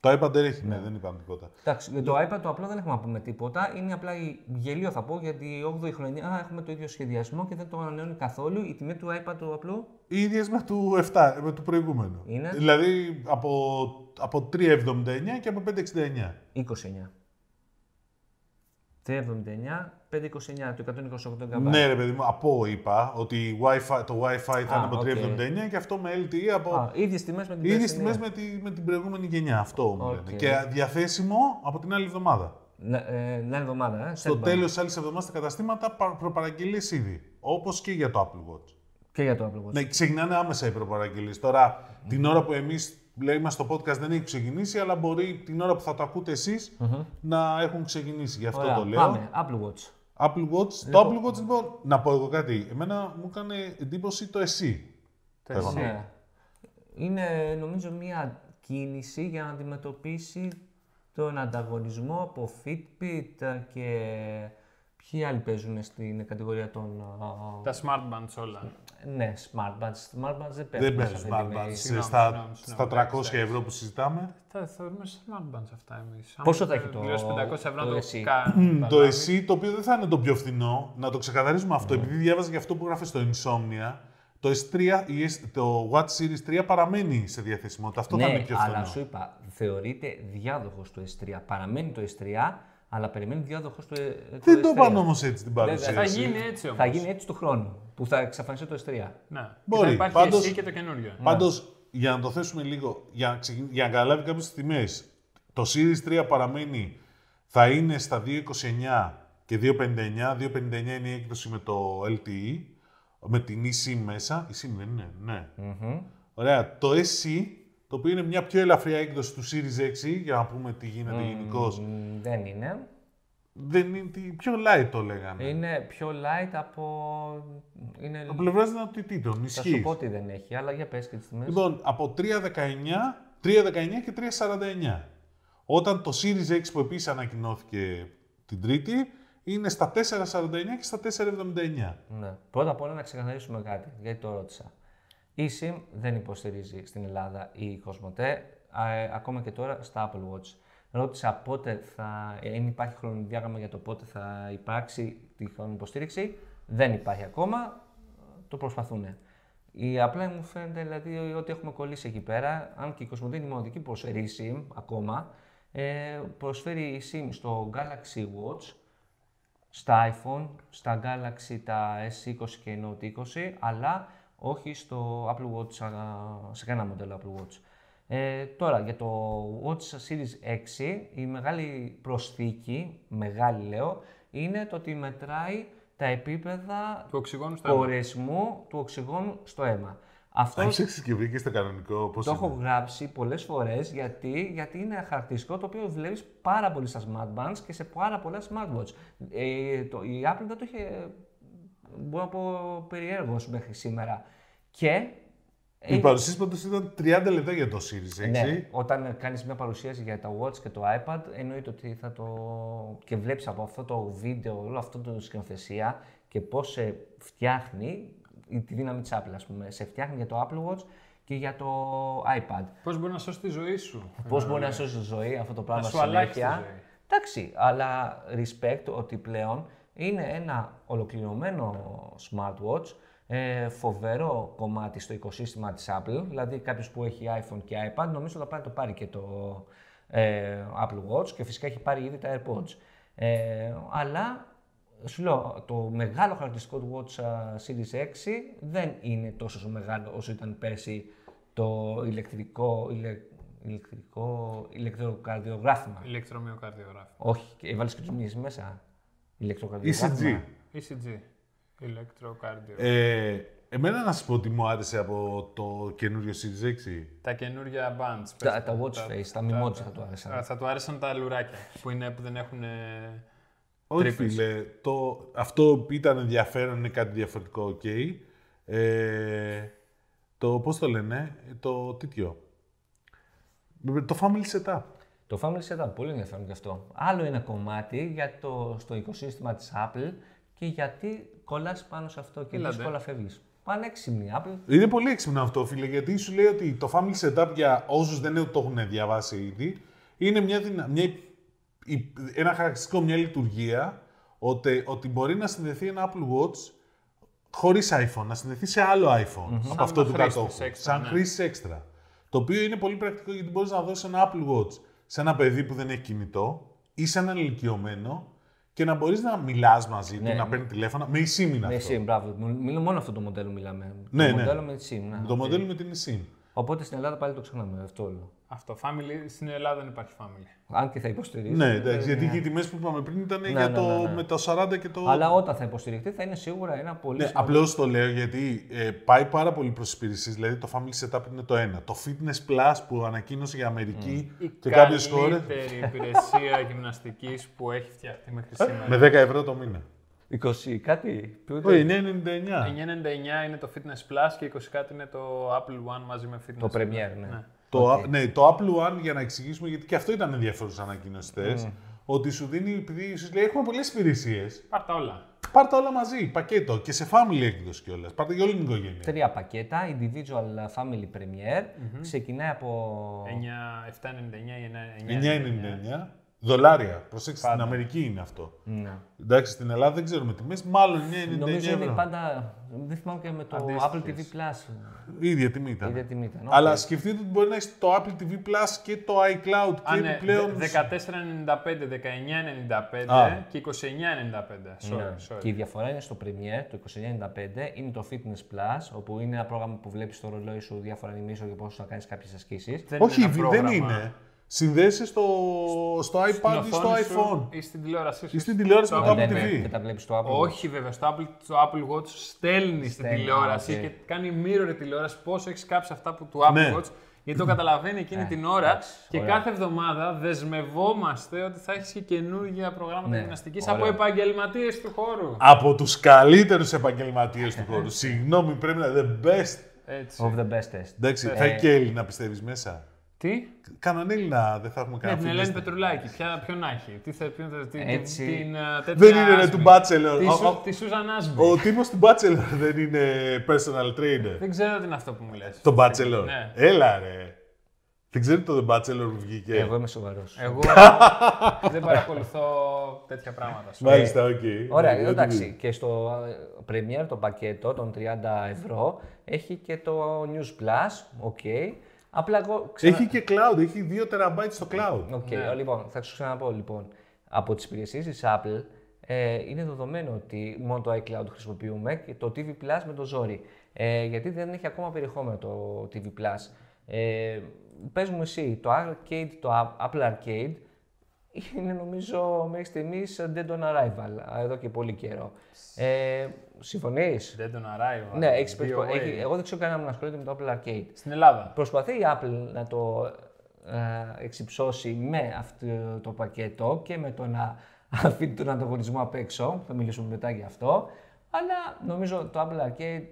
S2: Το iPad δεν έχει, ναι, δεν είπαμε τίποτα.
S3: Εντάξει, για το
S1: Ναι.
S3: iPad το απλό δεν έχουμε να πούμε τίποτα. Είναι απλά η- γελίο θα πω γιατί 8η χρονιά α, έχουμε το ίδιο σχεδιασμό και δεν το ανανεώνει καθόλου. Η τιμή του iPad το απλό
S2: Οι ίδιες με του 7, με του προηγούμενου.
S3: Είναι?
S2: Δηλαδή από, από 3,79 και από 5,69.
S3: 29. 379, 529, το 128 GB.
S2: Ναι, ρε παιδί μου, από είπα ότι η Wi-Fi, το Wi-Fi ήταν
S3: Α,
S2: από
S3: οκ.
S2: 3,79 και αυτό με LTE από.
S3: Α, ίδιες τιμές με την
S2: Οι Ναι. ίδιες
S3: περσινή.
S2: τιμές με, τη, με την προηγούμενη γενιά, αυτό μου λένε.
S3: Οκ.
S2: Και διαθέσιμο από την άλλη εβδομάδα.
S3: Ναι, ε, την άλλη εβδομάδα, ε,
S2: Στο
S3: setback.
S2: τέλος της άλλης εβδομάδας στα καταστήματα πα- προπαραγγελίες ήδη. Όπως και για το Apple Watch.
S3: Και για το Apple Watch.
S2: Ναι, ξεκινάνε άμεσα οι προπαραγγελίες. Τώρα, την ώρα που εμείς λέμε στο podcast δεν έχει ξεκινήσει, αλλά μπορεί την ώρα που θα το ακούτε εσείς, να έχουν ξεκινήσει. Γι' αυτό
S3: Ωραία,
S2: το λέω.
S3: Πάμε, Apple Watch.
S2: Apple Watch. Το Apple Watch, λοιπόν, να πω εγώ κάτι. Εμένα μου έκανε εντύπωση το εσύ.
S1: Το
S2: θέλω
S1: εσύ.
S2: να πω.
S3: Ναι. Είναι νομίζω μια κίνηση για να αντιμετωπίσει τον ανταγωνισμό από Fitbit και ποιοι άλλοι παίζουν στην κατηγορία των α,
S1: Τα smartbands όλα.
S3: ναι, smartbands. Smartbands δεν
S2: Δεν
S3: παίζουν.
S2: παίζουν
S3: αυτή τη
S2: smartbands
S3: στιγμή.
S1: Συγγνώμη,
S2: στα,
S1: συγγνώμη,
S2: στα
S1: συγγνώμη,
S2: 300 ευρώ που συζητάμε.
S1: Θα θεωρούμε smartbands αυτά εμείς. Αν
S3: Πόσο θα έχει το-
S1: πληρώσεις 500 ευρώ
S3: το
S1: να
S3: εσύ?
S1: το κάνει.
S2: Το
S3: ναι.
S2: εσύ, το οποίο δεν θα είναι το πιο φθηνό, να το ξεκαθαρίσουμε αυτό, επειδή διάβαζα και αυτό που γράφεις στο Insomnia, το, S3, η S- το Watch Series 3 παραμένει σε διαθεσιμότητα. Αυτό θα είναι
S3: Ναι,
S2: πιο φθηνό.
S3: αλλά σου είπα, θεωρείται διάδοχος του S3. Παραμένει το S3, αλλά περιμένει διάδοχος του, ε, του
S2: Δεν το
S3: S3.
S2: είπαν όμως έτσι την παρουσίαση.
S1: Ε, Θα γίνει έτσι όμως.
S3: Ναι, Θα γίνει έτσι του χρόνου που θα εξαφανιστεί το S3.
S1: Ναι. Και
S2: Μπορεί.
S1: Θα υπάρχει
S2: Πάντως-
S1: εσύ και το καινούριο.
S2: Πάντω,
S3: Ναι.
S2: για να το θέσουμε λίγο, για να, ξεκιν... για να καταλάβει κάποιε τιμές, το Series 3 παραμένει, θα είναι στα 2,29 και 2,59. 2,59 είναι η έκδοση με το LTE, με την E eSIM μέσα. Η SIM δεν είναι, ναι. Ωραία. Το SE, το οποίο είναι μια πιο ελαφριά έκδοση του Series 6, για να πούμε τι γίνεται γενικώ.
S3: Μ, Δεν είναι.
S2: Δεν είναι τι- πιο light το λέγανε.
S3: Είναι πιο light από. Είναι...
S2: Ναι. Από πλευράς δυνατοτήτων,
S3: Θα σου
S2: ισχύει.
S3: πω ότι δεν έχει, αλλά για πες και τις τιμές.
S2: Λοιπόν, από 3.19, 3.19 και 3.49. Όταν το Series X που επίσης ανακοινώθηκε την Τρίτη, είναι στα 4.49 και στα 4.79.
S3: Ναι. Πρώτα απ' όλα να ξεκαθαρίσουμε κάτι, γιατί το ρώτησα. Η SIM δεν υποστηρίζει στην Ελλάδα η Κοσμοτέ, α, ε, ακόμα και τώρα στα Apple Watch. Ρώτησα πότε θα, ε, αν υπάρχει χρονοδιάγραμμα για το πότε θα υπάρξει τη χρονοϊποστήριξη. Δεν υπάρχει ακόμα, το προσπαθούν. Η απλά μου φαίνεται δηλαδή ότι έχουμε κολλήσει εκεί πέρα, αν και η Κοσμοτέ είναι η μοναδική που προσφέρει η SIM ακόμα, ε, προσφέρει η SIM στο Galaxy Watch, στα iPhone, στα Galaxy τα S20 και Note 20, αλλά όχι στο Apple Watch, α, σε κανένα μοντέλο Apple Watch. Ε, τώρα, για το Watch Series 6, η μεγάλη προσθήκη, μεγάλη λέω, είναι το ότι μετράει τα επίπεδα
S1: Του οξυγόνου στο αίμα.
S3: κορεσμού του οξυγόνου στο αίμα. Αυτό
S2: Αν ψέξεις και βρήκες το κανονικό, πώς
S3: το
S2: είναι.
S3: έχω γράψει πολλές φορές γιατί, γιατί είναι χαρακτηριστικό το οποίο βλέπεις πάρα πολύ στα smartbands και σε πάρα πολλά smartwatch. Ε, το, η Apple δεν το είχε, μπορώ να πω, περιέργω μέχρι σήμερα. Και.
S2: Η παρουσίαση πάντως ήταν 30 λεπτά για το Series X.
S3: ε-
S2: ε?
S3: Ναι, όταν κάνεις μια παρουσίαση για τα Watch και το iPad, εννοείται ότι θα το. και βλέπεις από αυτό το βίντεο, όλο αυτό το σκηνοθεσία και πώς σε φτιάχνει η- τη δύναμη της Apple, ας πούμε. Σε φτιάχνει για το Apple Watch και για το iPad.
S1: Πώς μπορεί να σώσει τη ζωή σου.
S3: Πώς μπορεί να σώσει τη ζωή αυτό το πράγμα
S1: σου αλλάξει τη
S3: συνέχεια.
S1: ζωή.
S3: Εντάξει, αλλά respect ότι πλέον είναι ένα ολοκληρωμένο smartwatch Ε, φοβερό κομμάτι στο οικοσύστημα της Apple, δηλαδή κάποιος που έχει iPhone και iPad, νομίζω θα πάει να το πάρει και το ε, Apple Watch και φυσικά έχει πάρει ήδη τα AirPods. Ε, αλλά σου λέω, το μεγάλο χαρακτηριστικό του Watch α, Series 6 δεν είναι τόσο μεγάλο όσο ήταν πέρσι το ηλεκτρικό, ηλε, ηλεκτρικό ηλεκτροκαρδιογράφημα.
S1: Ηλεκτρομυοκαρδιογράφη.
S3: Όχι, και βάλεις και τους μήνες μέσα. Ηλεκτροκαρδιογράφημα.
S2: ECG.
S1: ECG. E Ηλεκτροκάρδιο.
S2: Ε, εμένα να σα πω ότι μου άρεσε από το καινούριο Series 6.
S1: Τα καινούργια bands. πες
S3: Τα,
S1: το,
S3: τα watch face, τα μιμότζι θα του
S1: Α,
S3: άρεσαν.
S1: Θα του άρεσαν τα λουράκια που, είναι, που δεν έχουν. ε,
S2: Όχι
S1: τρύπες.
S2: φίλε, το, αυτό που ήταν ενδιαφέρον είναι κάτι διαφορετικό, οκ. Ε, το, πώς το λένε, το τέτοιο. Το family setup.
S3: Το Family Setup, πολύ ενδιαφέρον και αυτό. Άλλο ένα κομμάτι για το, στο οικοσύστημα της Apple και γιατί κολλάς πάνω σε αυτό και
S1: Έλατε.
S3: δύσκολα φεύγεις. Πανέξυπνη η Apple.
S2: Είναι πολύ έξυπνο αυτό, φίλε, γιατί σου λέει ότι το family setup για όσους δεν το έχουν διαβάσει ήδη είναι μια, δυνα- μια υ- ένα χαρακτηριστικό, μια λειτουργία ότι, ότι μπορεί να συνδεθεί ένα Apple Watch χωρίς iPhone, να συνδεθεί σε άλλο iPhone από
S1: Σαν
S2: αυτό του
S1: χρήστης
S2: κατόχου.
S1: έξτρα,
S2: Σαν
S1: ναι.
S2: χρήση έξτρα. Το οποίο είναι πολύ πρακτικό γιατί μπορείς να δώσεις ένα Apple Watch σε ένα παιδί που δεν έχει κινητό ή σε έναν ηλικιωμένο και να μπορείς να μιλάς μαζί του,
S1: Ναι,
S2: να παίρνει τηλέφωνα με eSIM είναι
S3: Με
S2: αυτό.
S3: SIM, μπράβο. Μου- Μιλώ μόνο αυτό το μοντέλο μιλάμε.
S2: Ναι,
S3: το
S2: ναι.
S3: μοντέλο με τη SIM. να,
S2: Το
S3: οκ.
S2: μοντέλο με την eSIM.
S3: Οπότε στην Ελλάδα πάλι το ξεχνάμε αυτό όλο.
S1: Αυτό. Family. Στην Ελλάδα δεν υπάρχει family.
S3: Αν και θα υποστηρίζει.
S2: Ναι, εντάξει, γιατί και οι τιμές που είπαμε πριν ήταν για
S3: ναι,
S2: το,
S3: ναι, ναι.
S2: με τα 40 και το.
S3: Αλλά όταν θα υποστηριχτεί θα είναι σίγουρα ένα πολύ
S2: Ναι,
S3: σημαντικό.
S2: απλώς το λέω γιατί ε, πάει πάρα πολύ προς υπηρεσίες. Δηλαδή το Family Setup είναι το ένα. Το Fitness Plus που ανακοίνωσε για Αμερική και κάποιες χώρες. Ε.
S1: Η καλύτερη υπηρεσία γυμναστικής που έχει φτιαχτεί μέχρι σήμερα.
S2: Με 10 ευρώ το μήνα.
S3: 20 κάτι. Ούτε...
S2: Όχι, είναι 99.
S1: 9,99 είναι το Fitness Plus και 20 κάτι είναι το Apple One μαζί με Fitness
S3: Το
S1: Plus.
S3: Premiere, ναι.
S2: Το, α- ναι, το Apple One για να εξηγήσουμε, γιατί και αυτό ήταν ενδιαφέρον στου ανακοινωστέ. Ότι σου δίνει, επειδή σου λέει έχουμε πολλές υπηρεσίες.
S1: Πάρ' τα όλα.
S2: Πάρ' τα όλα μαζί, πακέτο και σε family έκδοση κιόλας. Πάρ' τα για όλη την οικογένεια.
S3: Τρία πακέτα, individual family premiere. Ξεκινάει από
S1: 9, 7,99 ή 9,99.
S2: 9,99 δολάρια. Προσέξτε, στην Αμερική είναι αυτό.
S3: Ναι.
S2: Εντάξει, στην Ελλάδα δεν ξέρουμε τιμέ. Μάλλον 9,99
S3: Νομίζω είναι
S2: ευρώ.
S3: πάντα. Δεν θυμάμαι και με το Apple TV Plus.
S2: Η ίδια τιμή ήταν.
S3: Είδε τιμή ήταν.
S2: Αλλά σκεφτείτε ότι μπορεί να έχει το Apple TV Plus και το iCloud και
S1: Α, ναι,
S2: επιπλέον.
S1: δε- 14,95, 19,95
S2: Α. Ναι.
S1: και 29,95. Sorry, sorry.
S3: Και η διαφορά είναι στο Premiere, το 2995, είναι το Fitness Plus, όπου είναι ένα πρόγραμμα που βλέπεις στο ρολόι σου διάφορα νημίσια και πώς θα κάνεις κάποιες ασκήσεις.
S1: Δεν
S2: Όχι,
S1: ένα
S2: δεν
S1: πρόγραμμα.
S2: είναι. Συνδέεσαι στο, στο iPad ή
S1: Στην
S2: στο
S1: οθόνη σου Ναι,
S2: iPhone.
S1: Ή στην τηλεόρασή σου.
S2: Ή στην τηλεόραση
S1: στο
S2: με το Apple
S3: Δεν
S2: TV.
S3: δεν τα βλέπεις στο Apple.
S1: Όχι, βέβαια. Στο Apple, το Apple Watch στέλνει στην
S3: Στέλνει,
S1: τηλεόραση
S3: οκ.
S1: και κάνει mirror η τηλεόραση πόσο έχεις κάψει αυτά που του Apple
S2: Ναι.
S1: Watch. Γιατί το καταλαβαίνει
S3: Ε,
S1: εκείνη την ώρα και κάθε εβδομάδα δεσμευόμαστε ότι θα έχεις και καινούργια προγράμματα
S2: Ναι.
S1: γυμναστικής από
S3: Ωραίο.
S1: επαγγελματίες του χώρου.
S2: Από τους καλύτερους επαγγελματίες του χώρου. Συγγνώμη, πρέπει να. The best.
S1: Έτσι.
S3: Of the best test.
S2: Εντάξει, θα
S1: Ε.
S2: έχει και Έλληνα, πιστεύεις μέσα.
S1: Τι?
S2: Κανον Έλληνα δεν θα έχουμε
S1: Ναι, την
S2: κανένα.
S1: Ελένη Πετρουλάκη. Ποια, ποιον να έχει. Τι θε, ποιον, θα- τι- τι-
S3: Έτσι.
S1: Την, α, τέτοια
S2: Δεν είναι ρε,
S1: Άσμπη.
S2: του Bachelor.
S1: Τη
S2: Ο-
S1: Σου-
S2: ο-
S1: Τη Σούζαν Άσμπη.
S2: Ο τύπος του Bachelor δεν είναι personal
S3: Ναι.
S2: trainer.
S1: Δεν ξέρω τι είναι αυτό που μου λες.
S2: Το Bachelor.
S1: Ναι.
S2: Έλα ρε. Δεν ξέρετε το The Bachelor που βγήκε.
S3: Εγώ είμαι σοβαρός.
S1: Εγώ δεν παρακολουθώ τέτοια πράγματα.
S2: Μάλιστα, οκ.
S3: Ε, Ωραία,
S2: Ναι,
S3: εντάξει. Και στο ε, Premiere το πακέτο των 30 ευρώ έχει και το News Plus. Οκ. Απλά εγώ
S2: ό,τι- Έχει και cloud, έχει 2 TB στο cloud.
S3: Οκ, λοιπόν, θα σου ξαναπώ λοιπόν. Από τις υπηρεσίες της Apple ε, είναι δεδομένο ότι μόνο το iCloud χρησιμοποιούμε και το TV Plus με το ζόρι. Ε, γιατί δεν έχει ακόμα περιεχόμενο το TV Plus. Ε, πες μου εσύ, το Arcade, το Apple Arcade είναι νομίζω μέχρι στιγμής dead on arrival εδώ και πολύ καιρό. Ε, συμφωνείς?
S1: Δεν τον αράει.
S3: Ναι, έχεις περιεχόμενο. Έχει- εγώ δεν ξέρω κανέναν που να ασχολείται με το Apple Arcade.
S1: Στην Ελλάδα.
S3: Προσπαθεί η Apple να το ε, εξυψώσει με αυτό το πακέτο και με το να αφήνει τον ανταγωνισμό απ' έξω. Θα μιλήσουμε μετά για αυτό. Αλλά νομίζω το Apple Arcade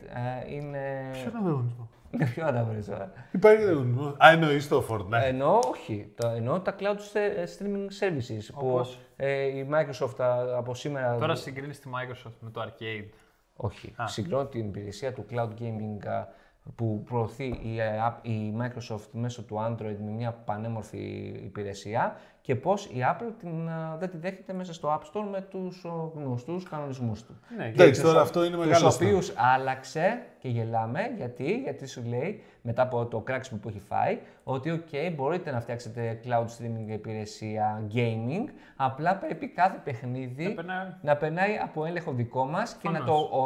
S3: ε, είναι.
S2: Ποιος είναι ο ανταγωνισμός.
S3: είναι πιο ανταγωνισμό.
S2: Υπάρχει ανταγωνισμό. ε, Α, εννοείς το Fortnite.
S3: Εννοώ, όχι. Τα, εννοώ τα cloud st- streaming services
S1: Όπως?
S3: που ε, η Microsoft α, από σήμερα.
S1: Τώρα συγκρίνεις τη Microsoft με το Arcade.
S3: Όχι. Συγκρώνω την υπηρεσία του cloud gaming α, που προωθεί η, ε, app- η Microsoft μέσω του Android με μια πανέμορφη υπηρεσία και πώς η Apple την, α, δεν τη δέχεται μέσα στο App Store με τους ο, γνωστούς κανονισμούς του.
S1: Ναι, και-
S2: Εντάξει, τώρα αυτό είναι
S3: Τους
S2: μεγάλο αστείο.
S3: οποίους άλλαξε και γελάμε γιατί, γιατί σου λέει μετά από το κράξιμο που έχει φάει ότι ok μπορείτε να φτιάξετε cloud streaming υπηρεσία gaming απλά πρέπει κάθε παιχνίδι
S1: περνάει.
S3: να περνάει από έλεγχο δικό μας και να
S1: Προφανώς.
S3: το,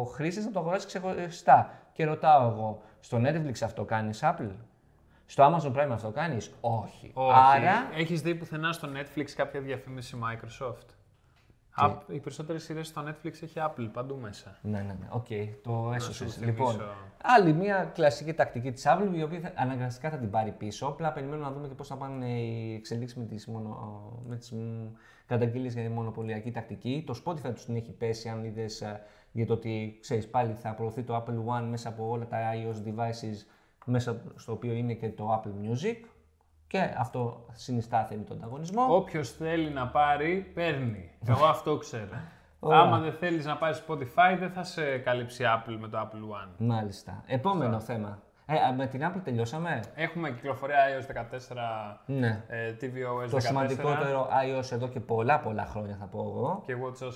S3: ο χρήστη να το αγοράσει ξεχωριστά. Και ρωτάω εγώ, στο Netflix αυτό κάνεις Apple. Στο Amazon Prime αυτό κάνεις. Όχι.
S1: Όχι.
S3: Άρα.
S1: Έχεις δει πουθενά στο Netflix κάποια διαφήμιση Microsoft. Απ- οι περισσότερες σειρές στο Netflix έχει Apple παντού μέσα.
S3: Ναι, ναι, ναι. Οκ, το έσωσε.
S1: θυμίσω.
S3: Λοιπόν, άλλη μια κλασική τακτική της Apple, η οποία θα- αναγκαστικά θα την πάρει πίσω. Απλά περιμένουμε να δούμε και πώς θα πάνε οι εξελίξεις με τις μονο... με τις καταγγελίες για τη μονοπωλιακή τακτική. Το Spotify τους την έχει πέσει, αν είδες για το ότι ξέρεις πάλι θα προωθεί το Apple One μέσα από όλα τα iOS devices, μέσα στο οποίο είναι και το Apple Music. Και αυτό συνιστά θέμη τον ανταγωνισμό.
S1: Όποιος θέλει να πάρει, παίρνει. Εγώ αυτό ξέρω. Άμα δεν θέλεις να πάρεις Spotify, δεν θα σε καλύψει Apple με το Apple One.
S3: Μάλιστα. Επόμενο θέμα. Ε, α, με την Apple τελειώσαμε.
S1: Έχουμε κυκλοφορία iOS 14,
S3: Ναι.
S1: ε, tvOS 14.
S3: Το σημαντικότερο iOS εδώ και πολλά πολλά χρόνια θα πω εγώ.
S1: και WatchOS 7.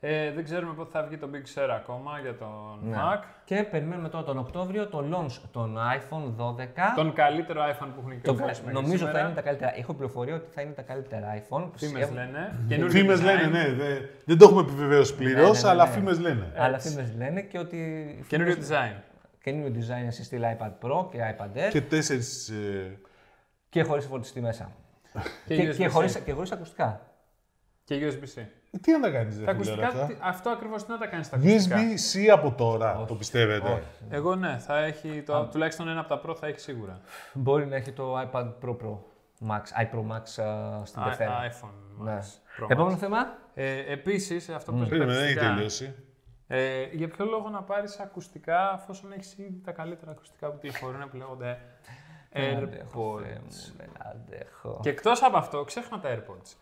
S1: Ε, δεν ξέρουμε πότε θα βγει το Big Sur ακόμα για τον
S3: Ναι.
S1: Mac.
S3: Και περιμένουμε τώρα τον Οκτώβριο το launch των iPhone 12.
S1: Τον καλύτερο iPhone που έχουν
S3: Το-
S1: κυκλοφορήσει μέχρι
S3: νομίζω θα
S1: σήμερα.
S3: είναι τα καλύτερα. Έχω πληροφορία ότι θα είναι τα καλύτερα iPhone.
S1: Φήμες λένε. Καινούριο
S2: Φήμες
S1: design.
S2: λένε, ναι, δε- δεν το έχουμε επιβεβαιώσει πλήρω,
S3: Ε, Ναι, ναι, ναι,
S2: αλλά
S3: ναι.
S2: φήμες λένε.
S3: Αλλά φήμες λένε και ότι.
S1: Καινούριο design.
S3: Καινούριο design σε στυλ iPad Pro και iPad Air και,
S2: Και ε, τέσσερι.
S3: χωρίς φορτιστή μέσα.
S1: Και,
S3: Και,
S1: USB-C.
S3: και, χωρίς, και χωρίς ακουστικά.
S1: Και USB-C.
S2: Τι άλλα κάνει, δεν
S1: Τα
S2: φίλε, όλα
S1: ακουστικά,
S2: αυτά.
S1: τι- αυτό ακριβώς τι να τα κάνεις τα ακουστικά.
S2: USB-C από τώρα, το πιστεύετε.
S1: Εγώ ναι, θα έχει το, τουλάχιστον ένα από τα Pro θα έχει σίγουρα.
S3: Μπορεί να έχει το iPad Pro Pro Max, iPro Max α, στην
S1: Α,
S3: Δευτέρα.
S1: iPhone.
S3: Ναι.
S1: Pro Max.
S3: Επόμενο θέμα.
S1: Ε, Επίσης, αυτό που mm.
S2: Περίμενε, δεν έχει τελειώσει.
S1: Ε, για ποιο λόγο να πάρεις ακουστικά, αφόσον έχεις ήδη τα καλύτερα ακουστικά που κυκλοφορούν, επιλέγονται
S3: Δεν αντέχω,
S1: AirPods.
S3: Ναι, Θεέ μου, δεν αντέχω.
S1: Και εκτός από αυτό, ξέχνα τα AirPods.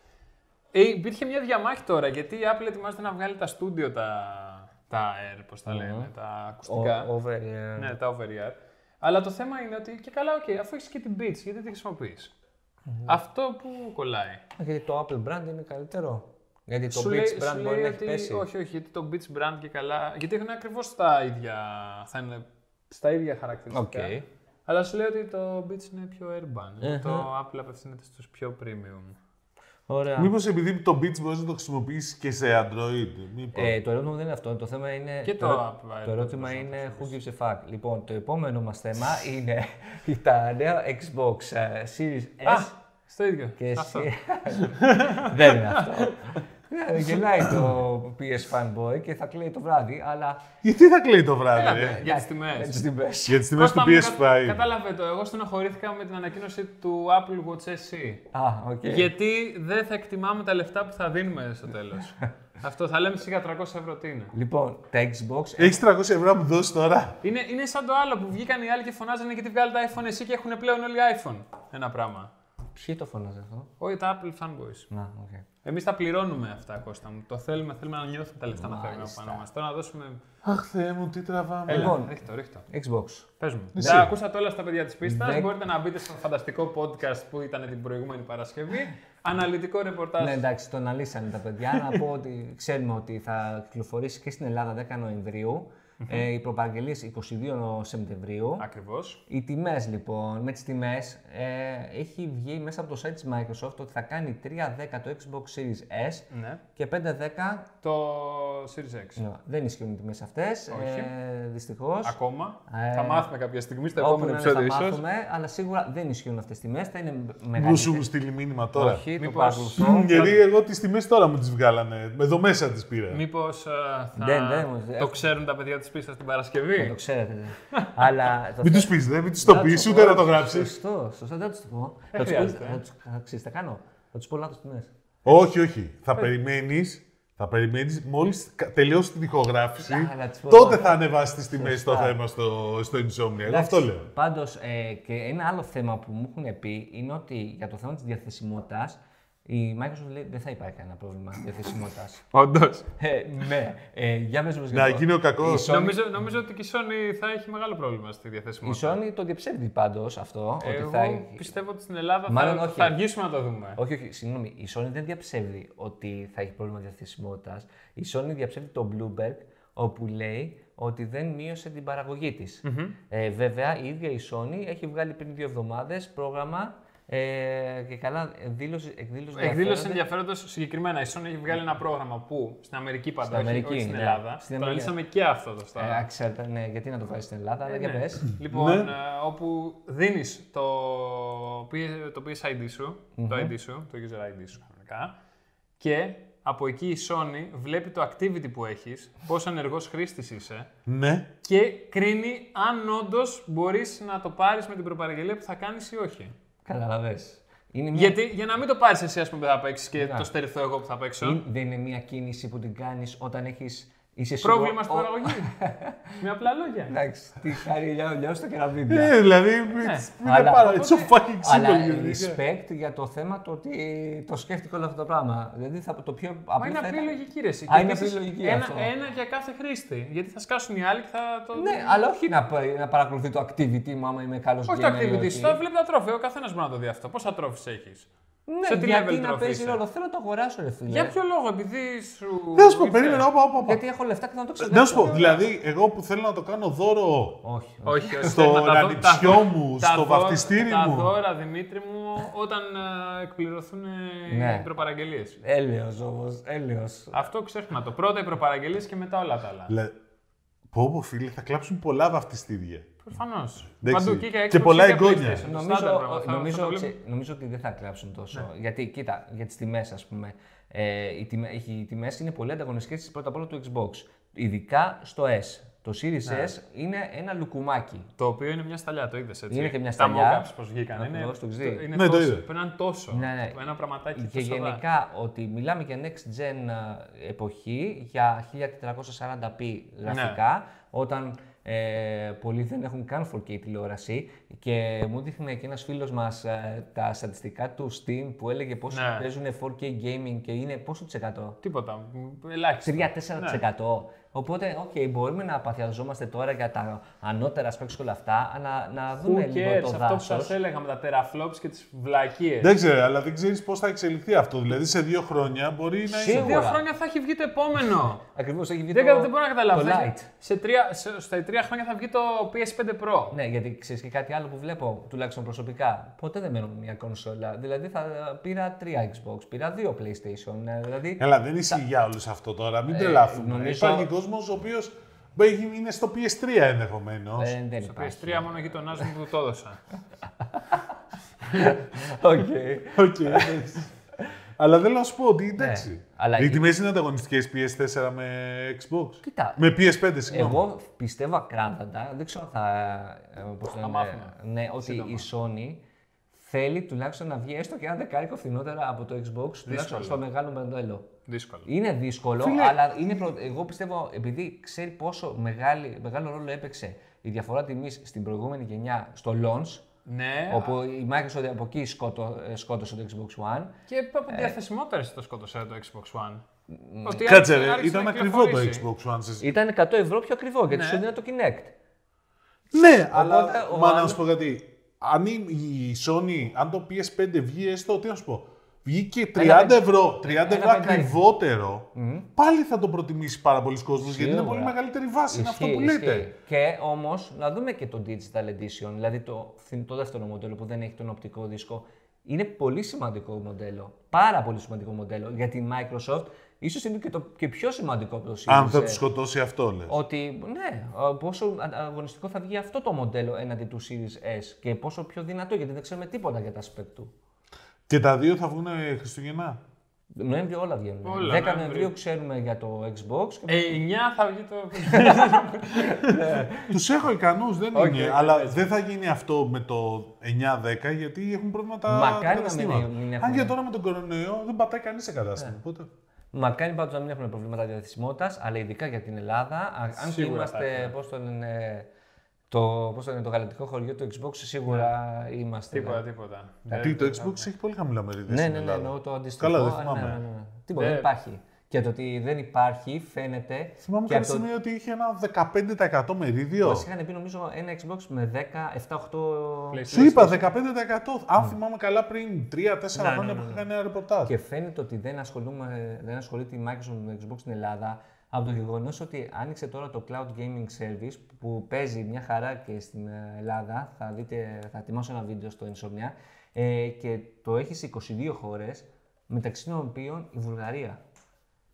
S1: Ε, υπήρχε μια διαμάχη τώρα γιατί η Apple ετοιμάζεται να βγάλει τα στούντιο τα, τα AirPods, τα λένε, τα ακουστικά.
S3: Ο- over, ε,
S1: Ναι, τα over-ear. Αλλά το θέμα είναι ότι και καλά, okay, αφού έχεις και την Beats, γιατί τη χρησιμοποιει
S3: Ναι.
S1: Αυτό που κολλάει.
S3: Γιατί το Apple brand είναι καλύτερο. Γιατί το
S1: Σου
S3: Beats
S1: λέει-
S3: brand
S1: σου
S3: μπορεί
S1: λέει
S3: να έχει
S1: ότι-
S3: πέσει.
S1: Όχι, όχι, γιατί το Beats brand και καλά. Γιατί έχουν ακριβώς τα ίδια. Θα είναι στα ίδια χαρακτηριστικά.
S3: Οκ.
S1: Αλλά σου λέει ότι το Beats είναι πιο urban.
S3: Εχα.
S1: Το Apple απευθύνεται στους πιο premium.
S3: Ωραία.
S2: Μήπως επειδή το Beats μπορείς να το χρησιμοποιήσεις και σε Android. μήπως.
S3: Ε, το ερώτημα δεν είναι αυτό. Το θέμα είναι.
S1: Και το
S3: ερώ-
S1: Apple,
S3: το
S1: ε,
S3: ερώτημα είναι who gives a fuck. Λοιπόν, το επόμενο μας θέμα είναι τα νέα Xbox ε, Series
S1: Α,
S3: S
S1: στο ίδιο.
S3: και
S1: Αυτό.
S3: εσύ. δεν είναι αυτό. Ναι, Γελάει το PS Fanboy και θα κλαίει το βράδυ, αλλά.
S2: Γιατί θα κλαίει το βράδυ,
S1: Έλατε,
S2: ε?
S1: Για τις τιμέ.
S3: Έτσι την πες.
S2: Για τις τιμές του PS5.
S1: Κατάλαβε το. Εγώ στενοχωρήθηκα με την ανακοίνωση του Apple Watch E. SE.
S3: Α, οκ.
S1: Γιατί δεν θα εκτιμάμε τα λεφτά που θα δίνουμε στο τέλος. Αυτό θα λέμε σιγά 300 ευρώ τι είναι.
S3: Λοιπόν, τα Xbox
S2: Έχεις 300 ευρώ να μου δώσεις τώρα.
S1: είναι. Είναι σαν το άλλο που βγήκαν οι άλλοι και φωνάζανε γιατί βγάλει τα iPhone εσύ και έχουν πλέον όλοι iPhone. Ένα πράγμα.
S3: Ποιοι το φωνάζε αυτό.
S1: Όχι τα Apple fanboys.
S3: Να, οκ.
S1: Εμείς τα πληρώνουμε αυτά, Κώστα μου. Το θέλουμε, θέλουμε να νιώθουμε τα λεφτά να φεύγουν
S3: Μάλιστα.
S1: πάνω μας. Τώρα να δώσουμε.
S2: Αχ, θεέ μου, τι τραβάμε.
S1: Έλα,
S3: Λοιπόν.
S1: ρίχτω, ρίχτω.
S3: Xbox.
S1: Πες μου.
S2: Εσύ.
S1: Τα ακούσατε όλα στα παιδιά της πίστας.
S3: Δέκα.
S1: Μπορείτε να μπείτε στο φανταστικό podcast που ήταν την προηγούμενη Παρασκευή. Αναλυτικό ρεπορτάζ.
S3: Ναι, εντάξει, το αναλύσανε τα παιδιά. να πω ότι ξέρουμε ότι θα κυκλοφορήσει και στην Ελλάδα 10 νοεμβριου Ε, οι προπαγγελίες 22 Σεπτεμβρίου.
S1: Ακριβώς.
S3: Οι τιμές λοιπόν, με τις τιμές, ε, έχει βγει μέσα από το site της Microsoft ότι θα κάνει 3-10 το Xbox Series S
S1: Ναι.
S3: και 5-10
S1: Το Series X.
S3: ναι, δεν ισχύουν οι τιμές αυτές,
S1: Όχι.
S3: ε, δυστυχώς.
S1: Ακόμα.
S3: Ε,
S1: θα μάθουμε κάποια στιγμή στο
S3: Όπου
S1: επόμενο
S3: να είναι θα
S1: επεισόδιο ίσως.
S3: μάθουμε, αλλά σίγουρα δεν ισχύουν αυτές τις τιμές, θα είναι
S2: Μου
S3: μεγάλη.
S2: σου στείλει μήνυμα τώρα.
S3: Όχι, το
S1: Μήπως-
S3: παρακολουθώ.
S2: Γιατί εγώ τις τιμές τώρα μου τις βγάλανε. Με εδώ μέσα τις πήρα.
S1: Μήπως ε, θα
S3: Δεν, δεν, μου-
S1: το ξέρουν τα παιδιά της πίστας την Παρασκευή.
S3: Το ξέρετε. ναι. Αλλά το
S2: Μην τους πεις, δεν μην τους το πει, ούτε να το γράψεις.
S3: Σωστό, σωστό, δεν θα τους το πω.
S1: Δεν
S3: Θα τους
S1: χρειάζεται,
S3: πω-
S1: ε.
S3: θα τους- θα- ξέρεις, θα κάνω. Θα τους πω λάθος τιμές.
S2: Όχι, όχι.
S3: Ε.
S2: Θα περιμένεις. Θα περιμένεις μόλις κα- τελειώσει την ηχογράφηση,
S3: Α, να τις πω
S2: τότε
S3: τώρα.
S2: θα ανεβάσεις τις τιμές στο θέμα στο, στο Insomnia. Εγώ αυτό λέω.
S3: ε, Πάντω, και ένα άλλο θέμα που μου έχουν πει είναι ότι για το θέμα της διαθεσιμότητας Η Microsoft λέει δεν θα υπάρχει κανένα πρόβλημα διαθεσιμότητας.
S1: Όντως.
S3: ε, ναι, ε, για πες μας για
S2: Να
S3: το-
S2: γίνει ο κακός.
S3: Η Sony-
S1: Νομίζω, νομίζω ότι και η Sony θα έχει μεγάλο πρόβλημα στη
S3: Η
S1: διαθεσιμότητα.
S3: Sony το διαψεύδει πάντως αυτό.
S1: Εγώ
S3: ότι θα...
S1: πιστεύω ότι στην Ελλάδα
S3: Μάλλον
S1: θα,
S3: όχι.
S1: θα αργήσουμε να το δούμε.
S3: Όχι, όχι, συγγνώμη. Η Sony δεν διαψεύδει ότι θα έχει πρόβλημα διαθεσιμότητας. Η Sony διαψεύδει το Bloomberg, όπου λέει ότι δεν μείωσε την παραγωγή της. Ε, βέβαια, η ίδια η Sony έχει βγάλει πριν δύο εβδομάδες πρόγραμμα ε, και καλά δήλωση, εκδήλωση
S1: Εκδήλωση
S3: ενδιαφέροντος.
S1: ενδιαφέροντος συγκεκριμένα. Η Sony έχει βγάλει ένα πρόγραμμα που στην Αμερική πάντα,
S3: Στην
S1: όχι-
S3: Αμερική,
S1: όχι στην
S3: ναι.
S1: Ελλάδα.
S3: Στην
S1: το
S3: Αμερική.
S1: αναλύσαμε και αυτό το στα.
S3: Ε, ξέρετε, ναι, γιατί να το βγάλει στην Ελλάδα, αλλά
S1: Ε,
S3: για
S1: ναι.
S3: πες.
S1: Λοιπόν,
S2: Ναι.
S1: ε, όπου δίνεις το, P- το PSID σου, το ID σου, το user ID σου κανονικά, και από εκεί η Sony βλέπει το activity που έχεις, πόσο ενεργός χρήστης είσαι,
S2: Ναι.
S1: και κρίνει αν όντως μπορείς να το πάρεις με την προπαραγγελία που θα κάνεις ή όχι.
S3: Ναι. Καταλαβες. Είναι μια...
S1: Γιατί για να μην το πάρεις εσύ, ας πούμε, που θα παίξεις και
S3: Ναι.
S1: το στερηθώ εγώ που θα παίξω.
S3: Είναι- Δεν είναι μια κίνηση που την κάνεις όταν έχεις... Είσαι σίγουρο-
S1: Πρόβλημα στην
S3: Ο- Ναι.
S1: παραγωγή. Με απλά λόγια.
S3: Εντάξει, τι χάρη λιάω στο κεραμίδι.
S2: Ε, δηλαδή. it's- Είναι πάρα. It's so fucking
S3: Ναι. αλλά
S2: simple. γενικά.
S3: respect για το θέμα το ότι το σκέφτηκε όλο αυτό το πράγμα. Δηλαδή θα, το πιο
S1: Μα
S3: απλό
S1: είναι
S3: θα
S1: απλή
S3: ήταν-
S1: λογική ρε. εσύ.
S3: Α,
S1: Και
S3: είναι
S1: επίσης,
S3: απλή λογική
S1: ένα,
S3: αυτό.
S1: ένα για κάθε χρήστη. Γιατί θα σκάσουν οι άλλοι και θα το.
S3: Ναι, αλλά όχι να, πα- να παρακολουθεί το activity μου άμα είμαι καλός
S1: Όχι το
S3: gamer ή
S1: activity
S3: όχι.
S1: σου, θα βλέπει τα τρόφια. Ο καθένας μπορεί να το δει αυτό. Πόσα τρόφι έχεις.
S3: Ναι,
S1: σε τι
S3: γιατί
S1: level
S3: να
S1: trophy
S3: παίζει
S1: είσαι.
S3: ρόλο. Θέλω να το αγοράσω, ρε φίλε.
S1: Για ποιο λόγο, επειδή σου.
S2: Να σου πω,
S1: ήρθε.
S2: περίμενα. όπα, όπα, όπα.
S3: Γιατί έχω λεφτά και θα το ξεχάσω.
S2: Να σου πω, δηλαδή, εγώ που θέλω να το κάνω δώρο
S3: Όχι.
S1: Όχι, όχι.
S2: στο
S1: τα δω-
S2: ανιψιό
S1: τα-
S2: μου,
S1: τα
S2: στο
S1: δώρα-
S2: βαφτιστήρι
S1: Τα
S2: μου.
S1: δώρα, Δημήτρη μου, όταν α, εκπληρωθούν ε,
S3: Ναι.
S1: οι προπαραγγελίες.
S3: Έλεος όμως, έλεος.
S1: Αυτό ξέχνα το. Πρώτα οι προπαραγγελίες και μετά όλα τα άλλα.
S2: Λε- Πω, πω, φίλε, θα κλάψουν πολλά βαφτιστήρια.
S1: Προφανώς.
S2: Εντάξει.
S1: Παντού και για
S2: Και
S1: Xbox
S2: πολλά
S1: για
S2: εγγόνια.
S1: PlayStation. Στάνταρ
S3: Νομίζω,
S1: πράγμα, θα- θα
S3: νομίζω,
S1: το βλέπουμε. Ναι.
S3: ξε- νομίζω ότι δεν θα κλάψουν τόσο. Γιατί, κοίτα, για τις τιμές, ας πούμε, ε, οι, τιμέ, οι τιμές είναι πολύ ανταγωνιστικές πρώτα απ' όλα του Xbox. Ειδικά στο S. Το Series
S1: Ναι.
S3: S είναι ένα λουκουμάκι.
S1: Το οποίο είναι μια σταλιά, το είδες έτσι.
S3: Είναι και μια
S1: Τα
S3: σταλιά.
S1: mockups πώς βγήκαν.
S3: Να
S1: Είναι,
S3: το δώσω το ξύ.
S1: είναι
S2: Ναι, το
S1: τόσο-
S2: είδα.
S1: Περνάνε τόσο.
S3: Ναι, ναι.
S1: Ένα πραγματάκι.
S3: Και
S1: τόσο δά.
S3: γενικά ότι μιλάμε για next gen ε, εποχή για 1440p γραφικά,
S1: Ναι.
S3: όταν ε, πολλοί δεν έχουν καν 4K τηλεόραση και μου δείχνει και ένας φίλος μας ε, τα στατιστικά του Steam που έλεγε πόσο
S1: Ναι.
S3: παίζουν 4K gaming και είναι πόσο της εκατό.
S1: Τίποτα. Ελάχιστα.
S3: 3-4%. Οπότε, οκ, μπορούμε να παθιαζόμαστε τώρα για τα ανώτερα specs και όλα αυτά, αλλά να
S1: Who
S3: δούμε λίγο
S1: cares,
S3: το
S1: αυτό που
S3: δάσος.
S1: σα έλεγα με τα teraflops και τις βλακίες.
S2: Δεν ξέρω, αλλά δεν ξέρεις πώς θα εξελιχθεί αυτό. Δηλαδή, σε δύο χρόνια μπορεί να είναι.
S3: Σίγουρα.
S1: Δύο χρόνια θα έχει βγει το επόμενο.
S3: Ακριβώς έχει βγει
S1: Δεν,
S3: το,
S1: κα- δεν μπορώ να καταλάβω.
S3: το
S1: Θα
S3: Lite.
S1: έχει- σε τρία, σε- στα τρία χρόνια θα βγει το PS5 Pro.
S3: Ναι, γιατί ξέρεις και κάτι άλλο που βλέπω, τουλάχιστον προσωπικά. Ποτέ δεν μένω με μια κονσόλα. Δηλαδή, θα πήρα τρία Xbox, πήρα δύο PlayStation. ε, Δηλαδή,
S2: Καλά, δεν ισχύει για όλους αυτό τώρα. Μην τρελαθούμε.
S3: Ε, νομίζω-
S2: Υπάρχει κόσμος ο οποίος είναι στο PS3 ενδεχομένως.
S3: ε, δεν
S1: Στο
S3: υπάρχει.
S1: PS3 μόνο γειτονά μου που το έδωσα.
S3: Οκ.
S2: Οκ, εντάξει. Αλλά δεν να σου πω ότι εντάξει.
S3: Ναι, αλλά
S2: Οι
S3: η-
S2: τιμές είναι ανταγωνιστικές PS4 με Xbox.
S3: Κοίτα.
S2: Με PS5, συγγνώμη.
S3: Εγώ πιστεύω ακράδαντα, δεν ξέρω αν θα. ε, πώς το λένε,
S1: μάθουμε.
S3: Ναι, ότι η Sony θέλει τουλάχιστον να βγει έστω και ένα δεκάρικο φθηνότερα από το Xbox, τουλάχιστον στο μεγάλο μοντέλο.
S1: Δύσκολο.
S3: Είναι δύσκολο, αλλά είναι προ- εγώ πιστεύω επειδή ξέρει πόσο μεγάλη, μεγάλο ρόλο έπαιξε η διαφορά τιμής στην προηγούμενη γενιά στο launch,
S1: Ναι.
S2: Ε.
S3: όπου η Microsoft από εκεί σκότω, ε, σκότωσε το Xbox One.
S1: Και από τη διαθεσιμότητα εσύ το σκότωσε το Xbox One. Ότι
S2: Κάτσε,
S1: άρχισε-
S2: ρε,
S1: άρχισε
S2: ήταν
S1: να
S2: ακριβό το
S1: κυκλοφορήσει.
S2: Xbox One. σε-
S3: Ήταν 100 ευρώ πιο ακριβό γιατί σου δίνει το Kinect.
S2: Ναι, αλλά
S3: ο
S2: μα να
S3: άλλος-
S2: σου πω κάτι. Αν η η Sony, αν το PS5 βγει έστω, τι να σου πω, βγήκε 30 ευρώ, 30 ευρώ
S3: πεντάρι.
S2: ακριβότερο, πάλι θα το προτιμήσει πάρα πολλοί κόσμος, γιατί είναι
S3: Σίγουρα.
S2: πολύ μεγαλύτερη βάση, είναι αυτό
S3: Ισχύει,
S2: που λέτε.
S3: ισχύει. Και όμως να δούμε και το Digital Edition, δηλαδή το, φθην- το δεύτερο μοντέλο που δεν έχει τον οπτικό δίσκο. Είναι πολύ σημαντικό μοντέλο. Πάρα πολύ σημαντικό μοντέλο για τη Microsoft. Ίσως είναι και το και πιο σημαντικό από το Series
S2: Αν θα
S3: X.
S2: τους σκοτώσει αυτό, λες.
S3: Ότι ναι, ε, πόσο αγωνιστικό θα βγει αυτό το μοντέλο έναντι του Series S και πόσο πιο δυνατό, γιατί δεν ξέρουμε τίποτα για τα spec του.
S2: Και τα δύο θα βγουν ε, Χριστουγεννά.
S3: Νοέμβριο όλα βγαίνουν.
S1: Όλα,
S3: 10 Νοεμβρίου
S1: Νοέμβριο.
S3: ξέρουμε για το Xbox. Και...
S1: Ε, 9 θα βγει το.
S2: Τους έχω ικανούς, δεν είναι. Αλλά δεν θα γίνει αυτό με το 9-10 γιατί έχουν πρόβλημα τα
S3: Μακάρι
S2: τα
S3: να μην
S2: καταστήματα.
S3: είναι- μην Ε, έχουμε.
S2: Αν και τώρα με τον κορονοϊό δεν πατάει κανείς σε κατάστημα. Οπότε...
S3: Μακάρι πάντως να μην έχουμε προβλήματα διαθεσιμότητας, αλλά ειδικά για την Ελλάδα. α- Αν και
S1: Σίγουρα θα
S3: είμαστε, πώ το λένε, Το, πώς το, λένε, το γαλατικό χωριό του Xbox σίγουρα είμαστε.
S1: Τίποτα,
S3: ναι.
S1: τίποτα.
S2: Γιατί
S1: Δεν-
S2: το Xbox έχει πολύ χαμηλά μερίδια
S3: ε, Ναι,
S2: στην
S3: ναι, ναι,
S2: Ελλάδα.
S3: εννοώ το αντιστοιχό.
S2: Καλά, δεν
S3: α,
S2: θυμάμαι.
S3: Ναι, ναι, ναι. Τίποτα,
S1: Ναι.
S3: δεν υπάρχει. Και το ότι δεν υπάρχει φαίνεται.
S2: Θυμάμαι
S3: και
S2: κάποια
S3: από το-
S2: στιγμή ότι είχε ένα 15% μερίδιο.
S3: Μας είχαν πει νομίζω ένα Xbox με 10, 7, 8
S2: Σου είπα 15%. Αν θυμάμαι καλά, πριν 3-4
S3: Ναι,
S2: χρόνια
S3: ναι,
S2: που
S3: ναι,
S2: είχα κάνει ένα ρεπορτάζ.
S3: Και φαίνεται ότι δεν, ασχολούμαι- δεν ασχολείται η Microsoft με το Xbox στην Ελλάδα από το γεγονός ότι άνοιξε τώρα το Cloud Gaming Service που παίζει μια χαρά και στην ε, Ελλάδα. Θα δείτε, θα ετοιμάσω ένα βίντεο στο Insomnia ε, και το έχει σε 22 χώρες, μεταξύ των οποίων η Βουλγαρία.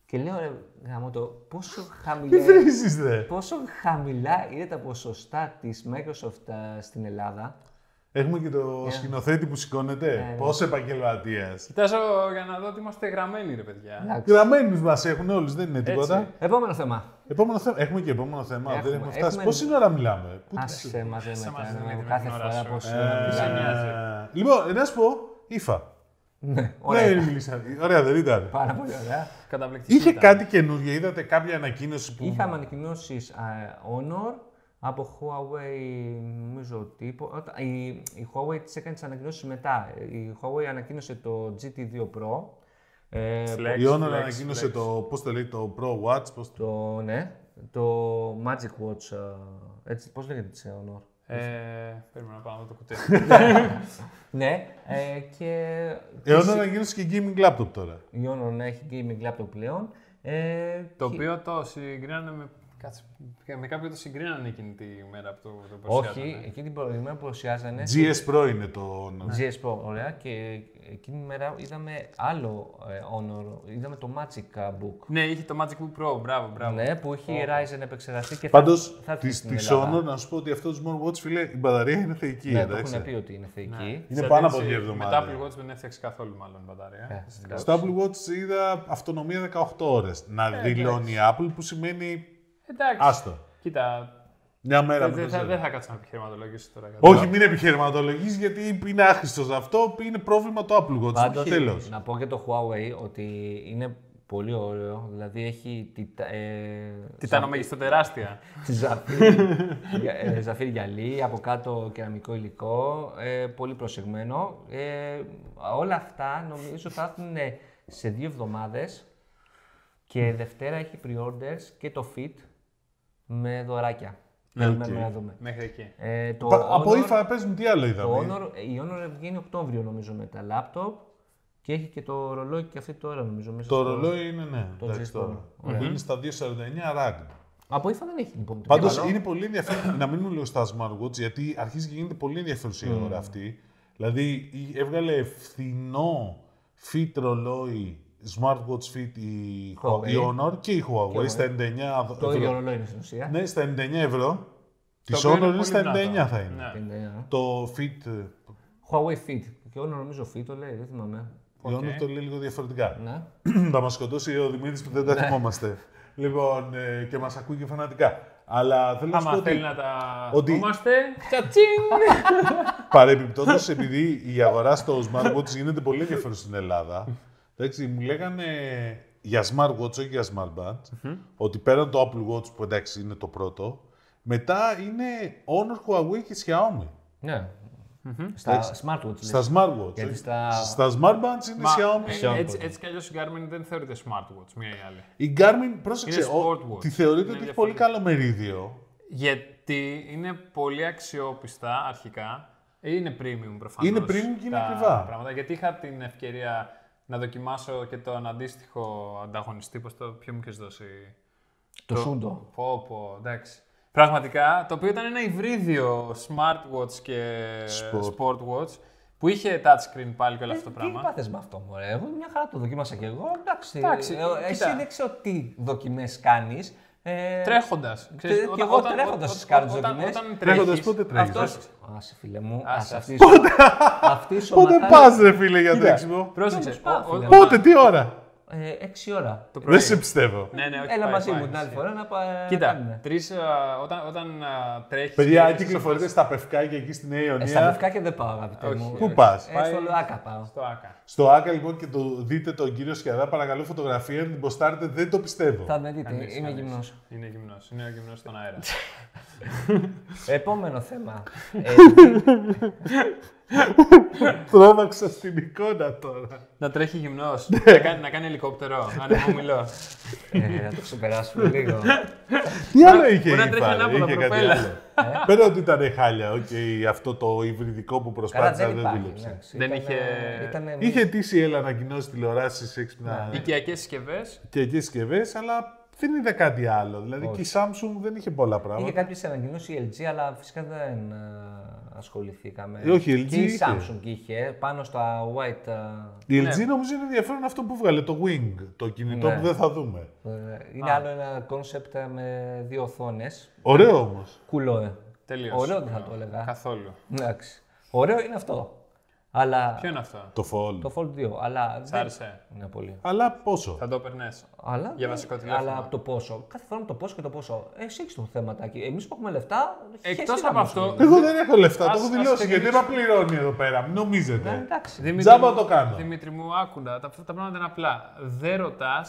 S3: Και λέω ρε γαμώ το, πόσο χαμηλά,
S2: Τι βρίζεις, δε.
S3: πόσο χαμηλά είναι τα ποσοστά της Microsoft ε, στην Ελλάδα.
S2: Έχουμε και
S3: Ναι.
S2: το σκηνοθέτη που σηκώνεται. Πόσο επαγγελματίας.
S1: Κοιτάζω για να δω ότι είμαστε γραμμένοι, ρε παιδιά.
S3: Εντάξει.
S2: Γραμμένους μας έχουν όλους, δεν είναι τίποτα.
S3: Επόμενο θέμα.
S2: Επόμενο θέμα. Έχουμε και επόμενο θέμα. δεν έχουμε φτάσει.
S3: έχουμε-
S2: Πόση ώρα μιλάμε. Πού
S3: Ας σε
S1: σε
S3: μαζεύουμε
S1: μαζεύετε
S3: τώρα,
S1: με την
S3: κάθε
S1: ώρα
S3: φορά
S1: σου.
S3: πως
S2: Ε,
S1: σε νοιάζει.
S2: Λοιπόν, να σου πω, ήφα.
S3: Ναι, ωραία.
S2: Ωραία, μιλήσατε. Ωραία, δεν ήταν.
S3: Πάρα πολύ ωραία.
S1: Καταπληκτική.
S2: Είχε
S1: ήταν.
S2: κάτι καινούργιο, είδατε κάποια ανακοίνωση που.
S3: Είχαμε ανακοινώσεις Honor από Huawei, νομίζω τύπο. Όταν- Η, η Huawei τις έκανε τις ανακοινώσεις μετά. Η Huawei ανακοίνωσε το GT2 Pro. ε,
S1: Flex,
S2: Η Honor
S1: flex,
S2: ανακοίνωσε
S1: flex.
S2: το, πώς το λέει, το Pro Watch, πώς το...
S3: το, ναι, το Magic Watch, ε, έτσι, πώς λέγεται της Honor.
S1: Ε, Περίμενα να πάω να δω το κουτί.
S3: Ναι, ε, και
S2: Η Honor ανακοίνωσε και gaming laptop τώρα.
S3: η Honor ναι, έχει gaming laptop πλέον. Ε,
S1: Το
S3: και-
S1: οποίο το συγκρίνανε με. Κάτσε. Με κάποιο το συγκρίνανε εκείνη τη μέρα που το, ναι. το
S3: Όχι,
S1: παρουσιάζανε.
S3: εκείνη την προηγούμενη που παρουσιάζανε
S2: GS Pro είναι το
S1: Ναι,
S2: Honor.
S3: GS Pro, ωραία. Και εκείνη τη μέρα είδαμε άλλο ε, Honor, είδαμε το Magic ε, Book.
S1: Ναι, είχε το Magic Book Pro, μπράβο, μπράβο.
S3: Ναι, που είχε η Ryzen επεξεργαστεί και θα-
S2: Πάντως,
S3: θα έρθει
S2: της,
S3: στην
S2: της
S3: Ελλάδα.
S2: Honor, να σου πω ότι αυτό το smartwatch, φίλε, η μπαταρία είναι θεϊκή,
S3: Ναι, το
S2: εντάξει.
S3: έχουν πει ότι είναι θεϊκή.
S2: Είναι
S1: Σε
S2: πάνω από
S1: αντίθεση
S2: δύο
S1: Με
S2: εβδομάδες.
S1: τα Apple Watch δεν έφτιαξε καθόλου μάλλον μπαταρία.
S3: Ε, εντάξει.
S2: Στο Apple Watch είδα αυτονομία 18 ώρες. Να
S1: Ε,
S2: δηλώνει η Apple που σημαίνει
S1: Εντάξει.
S2: άστο.
S1: Κοίτα,
S2: Μια μέρα
S1: Ε, δεν
S2: με
S1: θα,
S2: το
S1: δεν θα κάτσω να επιχειρηματολογήσω τώρα. κάτι.
S2: Όχι, μην επιχειρηματολογείς γιατί είναι άχρηστος αυτό, είναι πρόβλημα το Apple Watch.
S3: Πάντως,
S2: Τέλος.
S3: να πω για το Huawei ότι είναι πολύ ωραίο. Δηλαδή έχει τιτα... ε,
S1: Τιτάνο μέγιστο τεράστια.
S3: Ζαφύρι, γυα- ε, ζαφύρι γυαλί, από κάτω κεραμικό υλικό, ε, πολύ προσεγμένο. Ε, όλα αυτά νομίζω θα έρθουν ε, σε δύο εβδομάδες και Δευτέρα έχει pre-orders και το fit με δωράκια. Περιμένουμε να δούμε.
S1: Μέχρι εκεί.
S3: Ε, το
S2: Πα- Από
S3: Honor-
S2: ύφα πες μου τι άλλο
S3: το
S2: είδαμε.
S3: Honor, η Honor βγαίνει Οκτώβριο νομίζω με τα λάπτοπ και έχει και το ρολόι και αυτή τώρα νομίζω μέσα
S2: Το
S3: στο-
S2: ρολόι είναι ναι.
S3: το
S2: εντάξει,
S3: G-Sport.
S2: τώρα. Που είναι στα 249 rag.
S3: Από ύφα δεν έχει λοιπόν.
S2: Πάντως
S3: Καλό.
S2: είναι πολύ ενδιαφέρον να μείνουμε λίγο στα smartwatch γιατί αρχίζει και γίνεται πολύ ενδιαφέρουσα η ώρα αυτή. Δηλαδή η- έβγαλε φθηνό fit ρολόι smartwatch fit η,
S3: Huawei.
S2: η Honor και η Huawei στα 99
S3: Το
S2: ευρώ.
S3: ίδιο ρολόι είναι στην ουσία.
S2: Ναι, στα 99 ευρώ. Της
S1: οποίο είναι
S2: Honor είναι
S1: πολύ
S2: στα
S1: δυνατό.
S2: 99 θα είναι.
S1: Ναι.
S3: Είναι ένα.
S2: Το fit. ε,
S3: Huawei Fit. Και όλο νομίζω Fit το λέει, δεν θυμάμαι.
S2: Η Honor το λέει λίγο διαφορετικά.
S3: Ναι.
S2: θα μας σκοτώσει ο Δημήτρης που δεν
S1: Ναι.
S2: τα θυμόμαστε. λοιπόν, ε, και μας ακούει και φανατικά. Αλλά θέλω να σου πω
S1: Άμα θέλει
S2: ότι
S1: να τα
S2: ότι-
S1: θυμόμαστε, τσατσίνγκ!
S2: παρεμπιπτόντως, επειδή η αγορά στο smartwatch γίνεται πολύ ενδιαφέρον στην Ελλάδα, εντάξει, μου λέγανε για smartwatch, όχι για smartband, ότι πέραν το Apple Watch που εντάξει είναι το πρώτο, μετά είναι Honor, Huawei και Xiaomi.
S3: ναι. Στα smartwatch. λες.
S2: Στα smartwatch.
S3: Γιατί
S2: όχι.
S3: στα-
S2: στα smartbands είναι Xiaomi.
S1: ε, έτσι, έτσι κι αλλιώς η Garmin δεν θεωρείται smartwatch, μία ή άλλη.
S2: Η Garmin, πρόσεξε,
S1: Είναι
S2: ο,
S1: sportwatch.
S2: τη θεωρείται
S1: Είναι
S2: ότι έχει πολύ καλό μερίδιο.
S1: Γιατί είναι πολύ αξιόπιστα αρχικά. Είναι premium προφανώς.
S2: Είναι premium και είναι ακριβά.
S1: Πράγματα, γιατί είχα την ευκαιρία να δοκιμάσω και τον αντίστοιχο ανταγωνιστή. Πώς το. Ποιο μου είχες δώσει.
S3: Το Sundo.
S1: Πω, πω, εντάξει. Πραγματικά, το οποίο ήταν ένα υβρίδιο smartwatch και
S2: Sport.
S1: sportwatch που είχε touchscreen πάλι και όλο αυτό το
S3: Ε, Τι
S1: πράγμα.
S3: είπατε με αυτό, Μωρέ. Εγώ μια χαρά το δοκίμασα κι εγώ. Εντάξει.
S1: Εντάξει,
S3: ε, ε,
S1: κοίτα.
S3: εσύ δεν ξέρω τι δοκιμές κάνεις. Ε,
S1: Τρέχοντας.
S3: και εγώ τρέχοντας στις κάρτες
S1: Όταν,
S3: δοκιμές.
S1: όταν
S2: Τρέχοντας,
S1: τρέχεις,
S2: πότε τρέχεις,
S1: αυτός-
S3: Άσε, φίλε μου.
S1: Άσε, άσε.
S3: Άσε, αυτή η σωμα- αυτή η
S2: Πότε
S3: σωματάρα-
S2: πας, ρε φίλε, για Κοίτα. τρέξιμο.
S1: Πρόσεξε.
S3: πάω,
S1: ο- ο-
S3: φίλε.
S1: όταν-
S2: Πότε, τι ώρα.
S3: ε, 6 ώρα.
S1: Το πρωί.
S2: Δεν σε πιστεύω.
S1: Ναι, ναι, όχι,
S3: Έλα
S1: πάει,
S3: μαζί
S1: πάει,
S3: μου την άλλη
S1: εσύ.
S3: φορά να πα... να
S1: Κοίτα,
S3: κάνουμε.
S1: τρεις, ε, όταν, όταν α, τρέχεις...
S2: Παιδιά,
S1: και
S2: αν
S1: είσαι
S2: κυκλοφορείτε στα πευκάκια εκεί στην Νέα
S3: Ε, στα
S2: Ιωνία.
S3: λευκά και δεν πάω, αγαπητέ
S1: Όχι,
S3: μου.
S1: Πού
S3: Ε,
S2: πας?
S3: Ε,
S1: Πάει-
S3: στο Λουάκα πάω.
S1: Στο ΆΚΑ.
S2: Στο Άκα λοιπόν και το δείτε τον κύριο Σκιαδά, παρακαλώ φωτογραφία, αν την ποστάρετε, δεν το πιστεύω.
S3: Θα με δείτε,
S1: Κανείς,
S3: είμαι
S1: κανείς.
S3: γυμνός.
S1: Είναι γυμνός, είναι ο γυμνός στον αέρα.
S3: Επόμενο θέμα. ε,
S2: Τρόμαξα στην εικόνα τώρα.
S1: να τρέχει γυμνός, να, κάνει, να κάνει ελικόπτερο, ανεμόμυλο.
S3: ε, να το ξεπεράσουμε λίγο.
S2: Τι άλλο είχε
S1: μπορεί να
S2: η
S1: τρέχει
S2: Φάρη,
S1: ανάποδα,
S2: είχε κάτι
S1: προπέλα.
S2: άλλο. Πέρα ότι ήταν χάλια, οκ, αυτό το υβριδικό που
S3: Καλά,
S2: προσπάθησα
S3: δεν
S2: δεν
S3: υπάρχει. ναι.
S2: δούλεψε.
S3: εντάξει.
S1: Δεν
S3: Ήτανε-
S1: είχε-
S3: ήτανε-
S2: Είχε αιτήσει η Έλα ανακοινώσει τηλεοράσεις έξυπνα
S1: Οικιακές συσκευές,
S2: και εκεί συσκευές, αλλά δεν είδα κάτι άλλο. Δηλαδή και η Samsung δεν είχε πολλά πράγματα.
S3: Είχε κάποιες ανακοινώσεις η LG, αλλά φυσικά δεν ε, ασχοληθήκαμε.
S2: Ε, όχι, η LG
S3: και η
S2: είχε.
S3: Samsung είχε πάνω στα white.
S2: Η LG νομίζω είναι ενδιαφέρον αυτό που βγάλε, το Wing, το κινητό
S3: Ναι.
S2: που δεν θα δούμε.
S3: ε, ε, Είναι άλλο ένα κόνσεπτ με δύο οθόνες.
S2: Ωραίο όμως.
S3: Κουλό, ε.
S1: τελείως.
S3: Ωραίο δεν θα το έλεγα.
S1: Καθόλου.
S3: Εντάξει. Ωραίο είναι αυτό. Αλλά.
S1: Ποιο είναι αυτό,
S2: Το Fold.
S3: Το Fold 2. Αλλά.
S1: σ'
S3: δεν-
S1: άρεσε,
S3: Ναι, πολύ.
S2: Αλλά πόσο.
S1: θα το περνές.
S3: Αλλά,
S1: Για βασικό τηλέφωνο.
S3: αλλά από το πόσο. Κάθε φορά με το πόσο και το πόσο. Ε, Εσύ έχεις το θεματάκι. Εμείς που έχουμε λεφτά.
S1: Εκτός από
S3: χαιστήκαμε
S1: αυτό,
S2: Εγώ δεν έχω λεφτά, το
S1: Ας-
S2: έχω
S1: ας
S2: δηλώσει. Γιατί
S1: ξεκινήσουμε.
S2: να πληρώνει εδώ πέρα, μην
S3: Ε,
S2: νομίζετε.
S3: Εντάξει.
S1: Δημήτρη
S2: Τζάμπα
S1: μου-
S2: το κάνω.
S1: Δημήτρη μου, άκουνα. Τα, αυτά τα πράγματα είναι απλά. Δεν ρωτάς.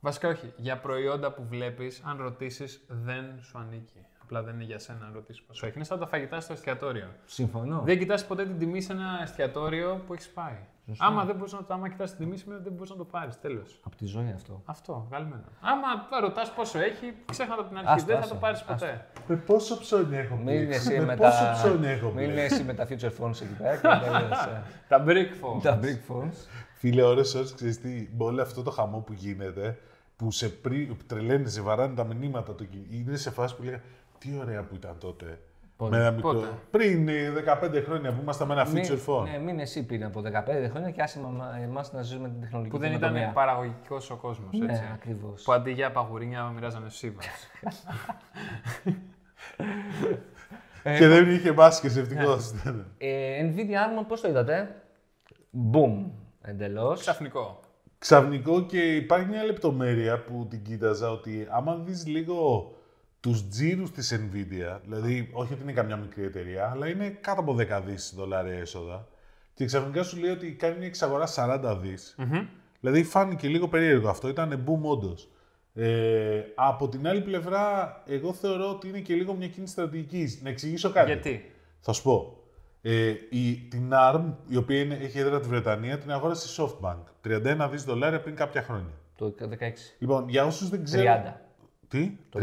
S1: Βασικά όχι. Για προϊόντα που βλέπεις, αν ρωτήσεις, δεν σου ανήκει. Απλά δεν είναι για σένα να ρωτήσεις πώς σου έχει. Είναι σαν τα φαγητά στο εστιατόριο.
S3: Συμφωνώ.
S1: Δεν κοιτάς ποτέ την τιμή σε ένα εστιατόριο που έχεις πάει. Άμα δεν μπορεί να το, άμα κοιτάς την τιμή, σημαίνει ότι δεν μπορεί να το πάρεις. Τέλος.
S3: Από τη ζωή αυτό.
S1: Αυτό, βγαλμένο. Άμα ρωτάς πόσο έχει, ξέχνα το από την αρχή.
S3: Άστο,
S1: δεν θα
S3: άστο,
S1: το πάρει ποτέ.
S2: Με πόσο ψώνι έχω
S3: Μην
S2: πλήξει.
S3: εσύ
S2: Με
S3: με
S2: πόσο
S3: τα...
S2: ψώνι έχω
S3: Μην
S2: πλήξει.
S3: εσύ με τα future phones εκεί πέρα και τελείωσε.
S1: Τα break phones.
S3: τα big phones.
S2: Φίλε, ώρες, ώρες, ξέρεις τι, με όλο αυτό το χαμό που γίνεται, που σε πρι... τρελαίνε, σε βαράνε τα μηνύματα του κινητού, είναι σε φάση που λέγα, τι ωραία που ήταν τότε.
S3: Πότε?
S2: Με ένα μικρό...
S1: Πότε?
S2: Πριν ε, 15 χρόνια που ήμασταν με ένα feature phone.
S3: Ναι, μην εσύ πήρε από 15 χρόνια και άσε εμάς να ζούμε την τεχνολογική
S1: Που δεν ήταν
S3: καινοτομία.
S1: παραγωγικός ο κόσμος.
S3: Ναι, ακριβώς.
S1: Που αντί για παγουρίνια μοιράζανε σύμβαση.
S2: Και δεν είχε μάσκες, ευτυχώς.
S3: Ε, Nvidia Armor, πώς το είδατε. Boom. Εντελώς.
S1: Ξαφνικό.
S2: Ξαφνικό και υπάρχει μια λεπτομέρεια που την κοίταζα ότι άμα δεις λίγο τους τζίρους της Nvidia, δηλαδή όχι ότι είναι καμιά μικρή εταιρεία, αλλά είναι κάτω από 10 δις δολάρια έσοδα και ξαφνικά σου λέει ότι κάνει μια εξαγορά 40 δις. Δηλαδή φάνηκε λίγο περίεργο αυτό, ήταν boom όντως. Ε, από την άλλη πλευρά, εγώ θεωρώ ότι είναι και λίγο μια κίνηση στρατηγικής. Να εξηγήσω κάτι.
S1: Γιατί.
S2: Θα σου πω. Ε, η, την ARM, η οποία είναι, έχει έδρα τη Βρετανία, την αγόρασε η SoftBank. 31 δις δολάρια πριν κάποια χρόνια.
S3: Το 16.
S2: Λοιπόν, για όσους δεν ξέρουν...
S3: 30.
S2: Τι? 31.
S3: 31,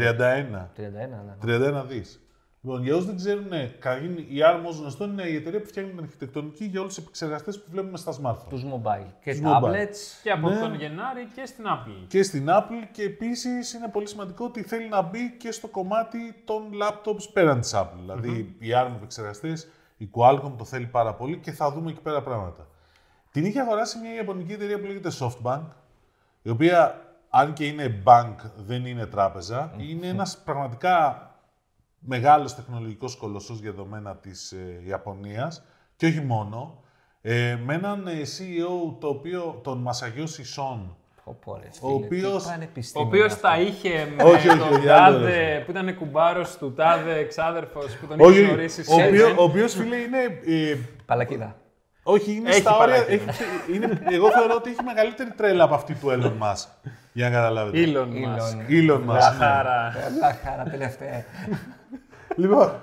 S3: ναι.
S2: 31 δις. Λοιπόν, για όσους δεν ξέρουν, καταρχήν η ARM ως γνωστό είναι η εταιρεία που φτιάχνει την αρχιτεκτονική για όλους τους επεξεργαστές που βλέπουμε στα smartphone.
S3: Τους mobile. Και
S2: Τους
S3: tablets.
S1: Και
S2: Ναι.
S1: από τον Γενάρη και στην Apple.
S2: Και στην Apple και επίσης είναι πολύ σημαντικό ότι θέλει να μπει και στο κομμάτι των laptops πέραν της Apple. Δηλαδή οι ARM επεξεργαστές, η Qualcomm το θέλει πάρα πολύ και θα δούμε εκεί πέρα πράγματα. Την είχε αγοράσει μια ιαπωνική εταιρεία που λέγεται SoftBank, η οποία αν και είναι bank δεν είναι τράπεζα, είναι ένας πραγματικά μεγάλος τεχνολογικός κολοσσός για δεδομένα της ε, Ιαπωνίας και όχι μόνο. Ε, με έναν ε, CEO το οποίο, τον Masayoshi Son,
S3: Πω, ρε,
S2: Ο
S3: φίλε, τι
S2: οποίος-
S1: Ο
S3: πανεπιστήμιο
S1: οποίο
S3: είναι
S1: τα είχε με
S2: Όχι, όχι,
S1: τον
S2: όχι,
S1: τάδε
S2: άλλο.
S1: που ήταν κουμπάρος του τάδε εξάδερφος που τον είχε
S2: Όχι, όχι.
S1: γνωρίσει
S2: ο, οποίο,
S1: σε
S2: ο οποίος φίλε είναι. ε,
S3: Παλακίδα.
S2: όχι, είναι
S1: Έχει
S2: στα όρια.
S1: παράκινο.
S2: έχει- είναι, εγώ θεωρώ ότι έχει μεγαλύτερη τρέλα από αυτή του Elon Musk. Για να καταλάβετε.
S1: Elon Musk.
S3: Elon.
S2: Elon Musk. ναι.
S1: Άρα,
S3: Λαχάρα, τελευταία.
S2: λοιπόν,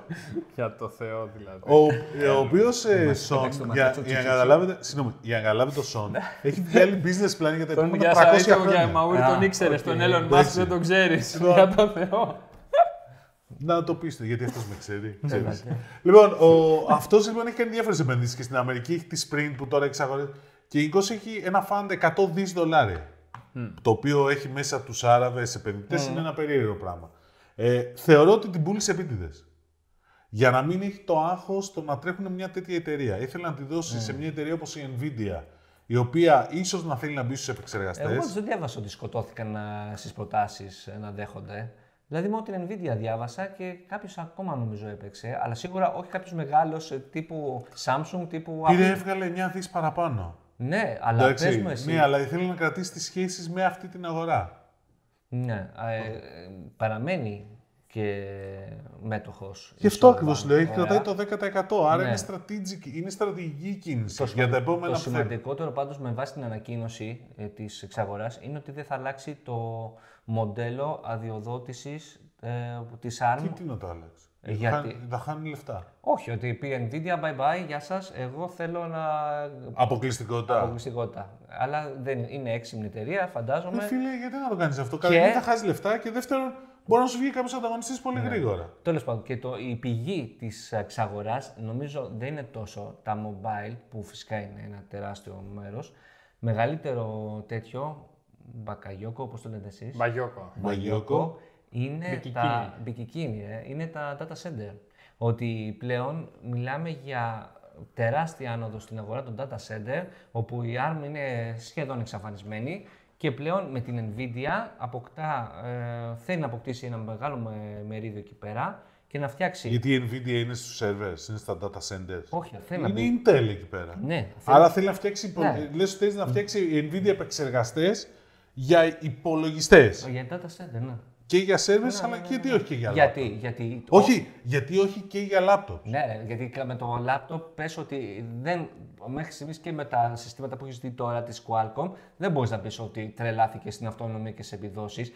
S1: για το Θεό δηλαδή.
S2: ο, ε, ο οποίος ε, Σον,
S3: κοιτάξτε,
S2: για,
S3: μας,
S2: για,
S3: τσου, τσου,
S2: να
S3: τσου,
S2: καταλάβετε, συγγνώμη, για να καταλάβετε το Σον, έχει βγάλει business plan για τα
S1: Ναι. Τον
S2: επόμενα
S1: για
S2: 300
S1: Σαρίτσια για
S2: χρόνια.
S1: Μαούρι
S3: Α,
S1: τον ήξερε,
S3: οκ.
S1: τον Έλλον Μάσκ
S2: Εντάξει.
S1: δεν τον ξέρεις.
S2: Λοιπόν.
S1: Για το Θεό.
S2: Να το πείστε, γιατί αυτός με ξέρει.
S3: Ναι,
S2: ξέρεις. λοιπόν, ο, αυτός λοιπόν έχει κάνει διάφορε επενδύσεις και στην Αμερική. Έχει τη Sprint που τώρα εξαγορεύει. Και γενικώ έχει ένα φαντ 100 δις δολάρια. Το οποίο έχει μέσα τους Άραβες επενδυτές.
S3: Ναι,
S2: Είναι ένα περίεργο πράγμα. Ε, θεωρώ ότι την πούλησε επίτηδες. Για να μην έχει το άγχος το να τρέχουν μια τέτοια εταιρεία. Ήθελε να τη δώσει
S3: Ναι.
S2: σε μια εταιρεία όπως η Nvidia, η οποία ίσως να θέλει να μπει στους επεξεργαστές.
S3: Εγώ δεν διάβασα ότι σκοτώθηκαν στις προτάσεις ε, να δέχονται. Δηλαδή, μόνο την Nvidia διάβασα και κάποιος ακόμα νομίζω έπαιξε. Αλλά σίγουρα όχι κάποιος μεγάλος τύπου ε, Samsung, τύπου Apple.
S2: Πήρε, έβγαλε 9 δις παραπάνω.
S3: Ναι, αλλά πες μου
S2: Εντάξει,
S3: εσύ.
S2: ναι, αλλά ήθελε να κρατήσει τις σχέσεις με αυτή την αγορά.
S3: Ναι, α, ε, ε, παραμένει και μέτοχος.
S2: Γι' αυτό
S3: Ισόβα.
S2: ακριβώς λέω, έχει
S3: Ωραία.
S2: κρατάει το 10%. Άρα
S3: Ναι.
S2: είναι, strategic, είναι στρατηγική κίνηση για τα επόμενα
S3: Το
S2: που θέλει.
S3: σημαντικότερο πάντως με βάση την ανακοίνωση ε, της εξαγοράς είναι ότι δεν θα αλλάξει το μοντέλο αδειοδότησης ε, της ARM.
S2: Τι, τι να το άλλαξει.
S3: Ε, γιατί?
S2: Θα, θα χάνει λεφτά.
S3: Όχι, ότι πει Nvidia, bye bye, γεια σας, εγώ θέλω να
S2: Αποκλειστικότητα.
S3: Ε, Αποκλειστικότητα. Αλλά δεν είναι έξυπνη εταιρεία,
S2: Ε,
S3: φαντάζομαι.
S2: φίλε, γιατί να το κάνεις αυτό. Καταρχήν θα χάσεις λεφτά και δεύτερον, μπορεί να σου βγει κάποιος ανταγωνιστής
S3: Ναι.
S2: πολύ γρήγορα.
S3: Τέλος πάντων, και το, η πηγή της εξαγορά νομίζω δεν είναι τόσο τα mobile, που φυσικά είναι ένα τεράστιο μέρος. Μεγαλύτερο τέτοιο, μπακαγιόκο, όπως το λέτε εσείς.
S1: Μπαγιόκο.
S2: Μπαγιόκο.
S3: είναι
S1: Μπικικίνι.
S3: τα μπικικίνι, ε, είναι τα data center. Ότι πλέον μιλάμε για τεράστια άνοδο στην αγορά των data center, όπου η ARM είναι σχεδόν εξαφανισμένη και πλέον με την Nvidia αποκτά, ε, θέλει να αποκτήσει ένα μεγάλο με- μερίδιο εκεί πέρα και να φτιάξει.
S2: Γιατί η Nvidia είναι στους servers, είναι στα data centers.
S3: Όχι, θέλει να
S2: Είναι
S3: μπει.
S2: Intel εκεί πέρα.
S3: Ναι, θέλει-
S2: Άρα θέλει να φτιάξει, υπο-
S3: Ναι.
S2: λες ότι θέλει να φτιάξει η Nvidia επεξεργαστές για υπολογιστές.
S3: για data center, ναι.
S2: Και για servers, αλλά και τι όχι και για laptop.
S3: Γιατί, γιατί.
S2: Όχι, γιατί όχι και για laptop.
S3: Ναι, ρε, γιατί κα- με το λάπτοπ πες ότι δεν, μέχρι στιγμής και με τα συστήματα που έχεις δει τώρα της Qualcomm δεν μπορείς να πεις ότι τρελάθηκες στην αυτονομία και σε επιδόσεις.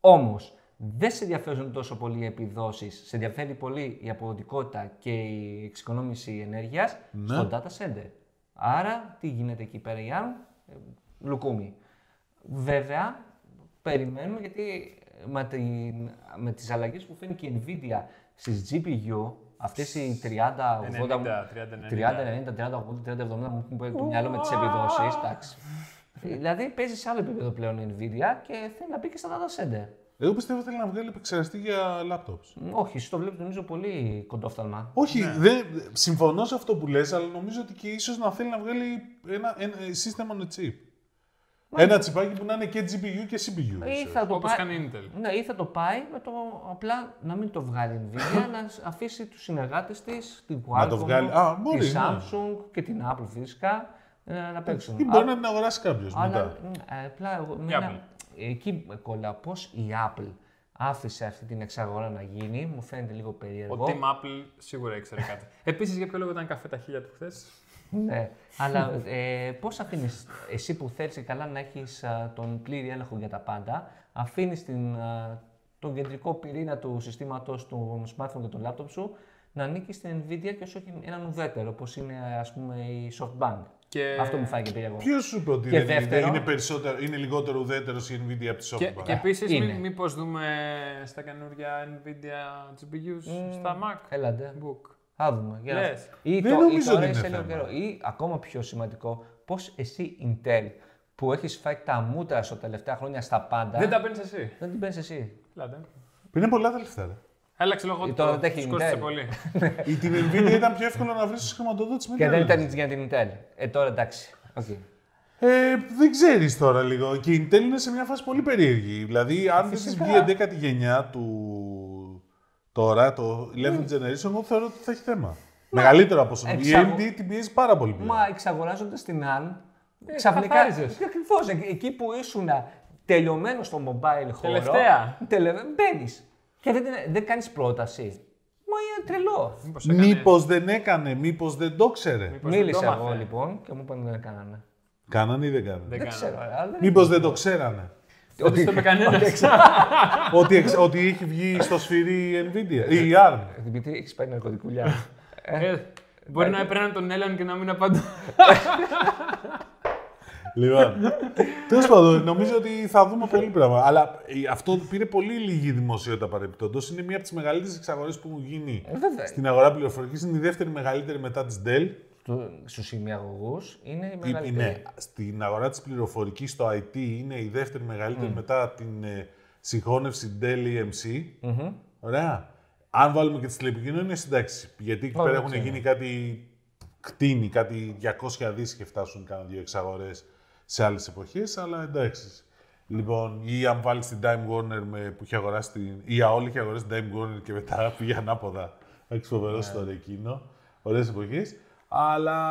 S3: Όμως, δεν σε ενδιαφέρουν τόσο πολύ οι επιδόσεις, σε ενδιαφέρει πολύ η αποδοτικότητα και η εξοικονόμηση ενέργειας στο data center. Άρα, τι γίνεται εκεί πέρα η ARM, ε, λουκούμι. Βέβαια, περιμένουμε γιατί με, την, με τις αλλαγές που φέρνει και η Nvidia στις GPU, αυτές οι 30, 80,
S1: 90,
S3: 30, 90, 30, 80, 30, 70 μου έχουν πάει το μυαλό με τις επιδόσεις, εντάξει. δηλαδή παίζει σε άλλο επίπεδο πλέον η Nvidia και θέλει να μπει και στα data center.
S2: Εγώ πιστεύω θέλει να βγάλει επεξεργαστή για laptops.
S3: Μ, Όχι, εσύ το βλέπεις νομίζω πολύ κοντόφθαλμα.
S2: Όχι, δεν, συμφωνώ σε αυτό που λες, αλλά νομίζω ότι και ίσως να θέλει να βγάλει ένα, ένα, ε, σύστημα με chip. Ένα τσιπάκι που να είναι και GPU και CPU.
S3: Ή
S2: ίσως.
S3: θα το
S1: Όπως
S3: πάει-
S1: κάνει η Intel.
S3: Ναι, ή θα το πάει με το απλά να μην το βγάλει η Nvidia, να σ- αφήσει τους συνεργάτες της, την Qualcomm,
S2: το βγάλει. Α, μπορεί,
S3: τη
S2: ναι.
S3: Samsung και την Apple φυσικά ε, να παίξουν.
S2: Ή μπορεί να την αγοράσει κάποιος μετά.
S3: Αλλά ε, απλά εγώ, εμένα,
S1: Apple.
S3: εκεί κολλά πώς η Apple άφησε αυτή την εξαγορά να γίνει, μου φαίνεται λίγο περίεργο.
S1: Ο Team Apple σίγουρα ήξερε κάτι. Επίσης, για ποιο λόγο ήταν καφέ τα χίλια του χθες.
S3: Ναι, αλλά ε, πώς αφήνεις, εσύ που θέλεις και καλά να έχεις α, τον πλήρη έλεγχο για τα πάντα, αφήνεις την, α, τον κεντρικό πυρήνα του συστήματος του smartphone και του laptop σου να ανήκει στην Nvidia και όχι έναν ουδέτερο, όπως είναι ας πούμε η SoftBank.
S1: Και-
S3: Αυτό μου φάνηκε περίεργο.
S2: Ποιος σου είπε ότι
S3: Και
S2: δεν είναι,
S3: δεύτερο-
S2: είναι, περισσότερο, είναι λιγότερο ουδέτερος η Nvidia από τη
S1: Και,
S2: Softbank.
S1: και επίσης,
S3: Είναι.
S1: μήπως δούμε στα καινούργια Nvidia GPUs στα Mac.
S3: Έλατε.
S1: Book.
S3: Θα δούμε. Για να-
S1: Λες.
S3: Ή
S2: Δεν
S3: το, ή
S2: νομίζω
S3: τώρα
S2: ότι
S3: ή σε
S2: είναι
S3: λίγο
S2: θέμα.
S3: καιρό. Ή ακόμα πιο σημαντικό, πώς εσύ Intel που έχεις φάει τα μούτρα σου τα τελευταία χρόνια στα πάντα,
S1: Δεν τα παίρνεις εσύ.
S3: δεν την παίρνεις εσύ.
S1: Λάτε.
S2: Είναι πολλά τα λεφτά. ρε.
S1: Άλλαξε λόγω
S3: Ε, Τώρα
S1: του.
S3: δεν τα έχει
S1: τους κόστησε
S3: Intel.
S1: πολύ.
S2: Η- την Nvidia ήταν πιο εύκολο να βρεις του χρηματοδότη με
S3: Και
S2: την
S3: δεν
S2: άλλη.
S3: ήταν για την Intel. Ε, τώρα εντάξει. Okay.
S2: Ε, δεν ξέρεις τώρα λίγο. Και η Intel είναι σε μια φάση πολύ περίεργη. Δηλαδή, αν δεν της βγει η 11η γενιά του τώρα, το
S1: Mm.
S2: 11th generation, εγώ θεωρώ ότι θα έχει θέμα. Μεγαλύτερο από όσο. Η
S3: εξάγω-
S2: AMD την πιέζει πάρα πολύ πλέον.
S3: Μα εξαγοράζοντας την ARM,
S1: Ε,
S3: ξαφνικά.
S1: καθάριζες.
S3: Ακριβώ. Εκεί που ήσουν τελειωμένος στο mobile χώρο.
S1: Τελευταία.
S3: Μπαίνεις. Και δεν, την- δεν κάνεις πρόταση. Μα είναι τρελό.
S1: Μήπως έκανε-
S2: Μήπως δεν έκανε, μήπως δεν το ξέρε.
S1: μήπως δεν το
S3: Μίλησα
S1: μάθε.
S3: εγώ λοιπόν και μου είπαν δεν έκαναν.
S2: Κάνανε ή δεν κάνανε.
S1: Δεν
S3: Δεν
S1: κάνω.
S3: ξέρω, ρε, αλλά.
S2: Μήπω δεν το ξέρανε.
S1: Δεν πιστεύω με κανένας.
S2: ότι, εξ- ότι έχει βγει στο σφυρί η Nvidia. ή η ARM.
S3: Δημητρή, έχεις πάει ναρκωτικούλια.
S1: Ε, Μπορεί να έπαιρναν τον Έλλον και να μην απαντά.
S2: Λοιπόν. Τέλος πάντων, νομίζω ότι θα δούμε πολύ πράγμα. Αλλά ε, αυτό πήρε πολύ λίγη δημοσιότητα παρεμπιπτόντως. Είναι μία από τις μεγαλύτερες εξαγορές που έχουν γίνει
S3: Ε, βέβαια.
S2: στην αγορά πληροφορικής. Είναι η δεύτερη μεγαλύτερη μετά της Dell.
S3: Στους σημειαγωγούς είναι η
S2: Η-
S3: μεγαλύτερη.
S2: Είναι, Ναι, στην αγορά της πληροφορικής, στο IT, είναι η δεύτερη μεγαλύτερη μετά την ε, συγχώνευση Dell EMC. Ωραία. Αν βάλουμε και τις τηλεπικοινωνίες, εντάξει. Γιατί εκεί πέρα
S3: δεν
S2: έχουν
S3: ξέρω.
S2: γίνει κάτι κτίνη, κάτι 200 δις και φτάσουν κάνα δύο εξαγορές σε άλλες εποχές, αλλά εντάξει. Λοιπόν, ή αν βάλεις την Time Warner με, που είχε αγοράσει την. ή αόλη είχε
S1: Ναι.
S2: αγοράσει την Time Warner και μετά πήγε ανάποδα. Έχει φοβερό ιστορία εκείνο. Ωραίες εποχές. Αλλά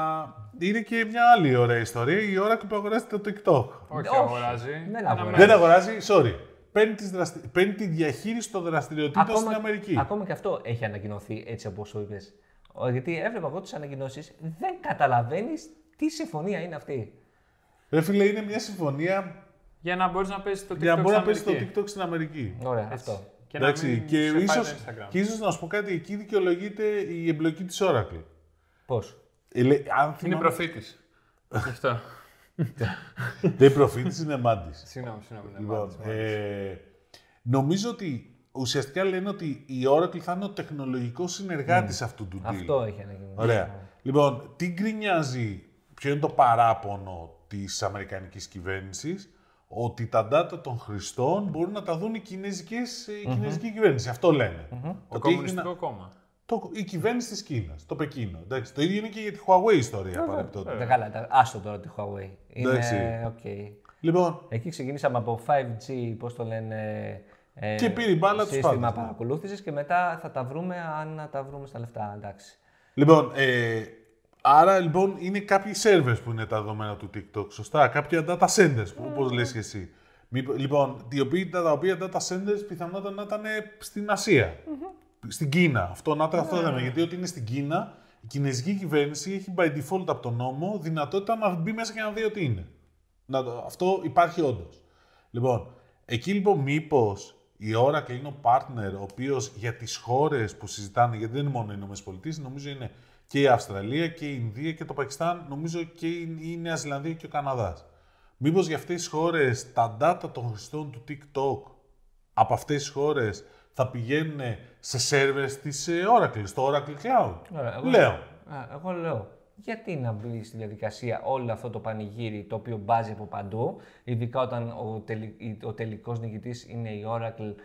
S2: είναι και μια άλλη ωραία ιστορία η ώρα που αγοράσετε το TikTok.
S1: Όχι,
S3: Όχι.
S1: αγοράζει.
S3: Δεν
S1: Ένα
S3: αγοράζει.
S1: μέρα.
S2: Δεν αγοράζει, sorry. Παίρνει, τις δραστη- παίρνει τη διαχείριση των δραστηριοτήτων στην Αμερική.
S3: ακόμα και αυτό έχει ανακοινωθεί έτσι όπως το είπες. Γιατί έβλεπα εγώ τις ανακοινώσεις, δεν καταλαβαίνεις τι συμφωνία είναι αυτή.
S2: Ρε φίλε, είναι μια συμφωνία
S1: Για να μπορείς να παίζεις το TikTok.
S2: για να μπορείς να
S1: στην
S2: παίζεις το
S1: Αμερική.
S2: TikTok στην Αμερική.
S3: Ωραία,
S1: Έτσι.
S3: αυτό.
S1: Και να
S2: Εντάξει,
S1: μην
S2: και
S1: σε πάει το
S2: ίσως,
S1: Instagram.
S2: και ίσως να σου πω κάτι, εκεί δικαιολογείται η εμπλοκή της Oracle.
S3: Πώς.
S2: Ε, λέ- αν
S1: Είναι
S2: θυμάμαι-
S1: προφήτης. Αυτό.
S2: Δεν προφήτης, είναι μάντης.
S1: Συγγνώμη, συγγνώμη. ναι,
S2: Λοιπόν,
S1: μάλιστα.
S2: ε, νομίζω ότι ουσιαστικά λένε ότι η Oracle θα είναι ο τεχνολογικός συνεργάτης αυτού του deal.
S3: Ναι. Αυτό Ναι. έχει ανακοινωθεί.
S2: Ωραία. Λοιπόν, τι γκρινιάζει, ποιο είναι το παράπονο της Αμερικανικής κυβέρνησης, ότι τα data των χρηστών μπορούν να τα δουν οι κινέζικες, ε, η κινέζικη κυβέρνηση. Αυτό λένε.
S1: Το
S2: Ότι έχει
S1: κομμουνιστικό
S2: να- Ναι.
S1: κόμμα.
S2: το- η κυβέρνηση της Κίνας, το Πεκίνο. Εντάξει, το ίδιο είναι και για τη Huawei ιστορία παρεπτόντω.
S3: Δεν καλά, τα- άστο τώρα τη Huawei. Είναι,
S2: Εντάξει.
S3: οκ.
S2: Λοιπόν,
S3: Εκεί ξεκινήσαμε από 5G, πώς το λένε, ε,
S2: Και πήρε η μπάλα τους
S3: σύστημα
S2: πάντες, ναι.
S3: παρακολούθησης και μετά θα τα βρούμε αν τα βρούμε στα λεφτά, εντάξει.
S2: Λοιπόν, ε, άρα λοιπόν είναι κάποιοι servers που είναι τα δεδομένα του TikTok, σωστά. Κάποια data centers, που όπως λες και εσύ. Μήπω- Λοιπόν, οι οποίοι- τα, τα οποία data centers πιθανότατα να ήταν ε, στην ασια Στην Κίνα. Αυτό να ήταν αυτό δεν Γιατί ότι είναι στην Κίνα, η κινέζικη κυβέρνηση έχει by default από τον νόμο δυνατότητα να μπει μέσα και να δει ότι είναι. Να, το- αυτό υπάρχει όντως. Λοιπόν, εκεί λοιπόν μήπως η Oracle είναι ο partner ο οποίος για τις χώρες που συζητάνε, γιατί δεν είναι μόνο οι Ηνωμένες Πολιτείες, νομίζω είναι και η Αυστραλία και η Ινδία και το Πακιστάν, νομίζω και η η Νέα Ζηλανδία και ο Καναδάς. Μήπως για αυτές τις χώρες τα data των χρηστών του TikTok από αυτές τις χώρες θα πηγαίνουν σε servers τη Oracle, στο Oracle Cloud.
S3: Ωραία, εγώ-
S2: Λέω.
S3: Α, εγώ λέω, γιατί να μπει στη διαδικασία όλο αυτό το πανηγύρι το οποίο μπάζει από παντού, ειδικά όταν ο, τελι, η- ο τελικός νικητής είναι η Oracle,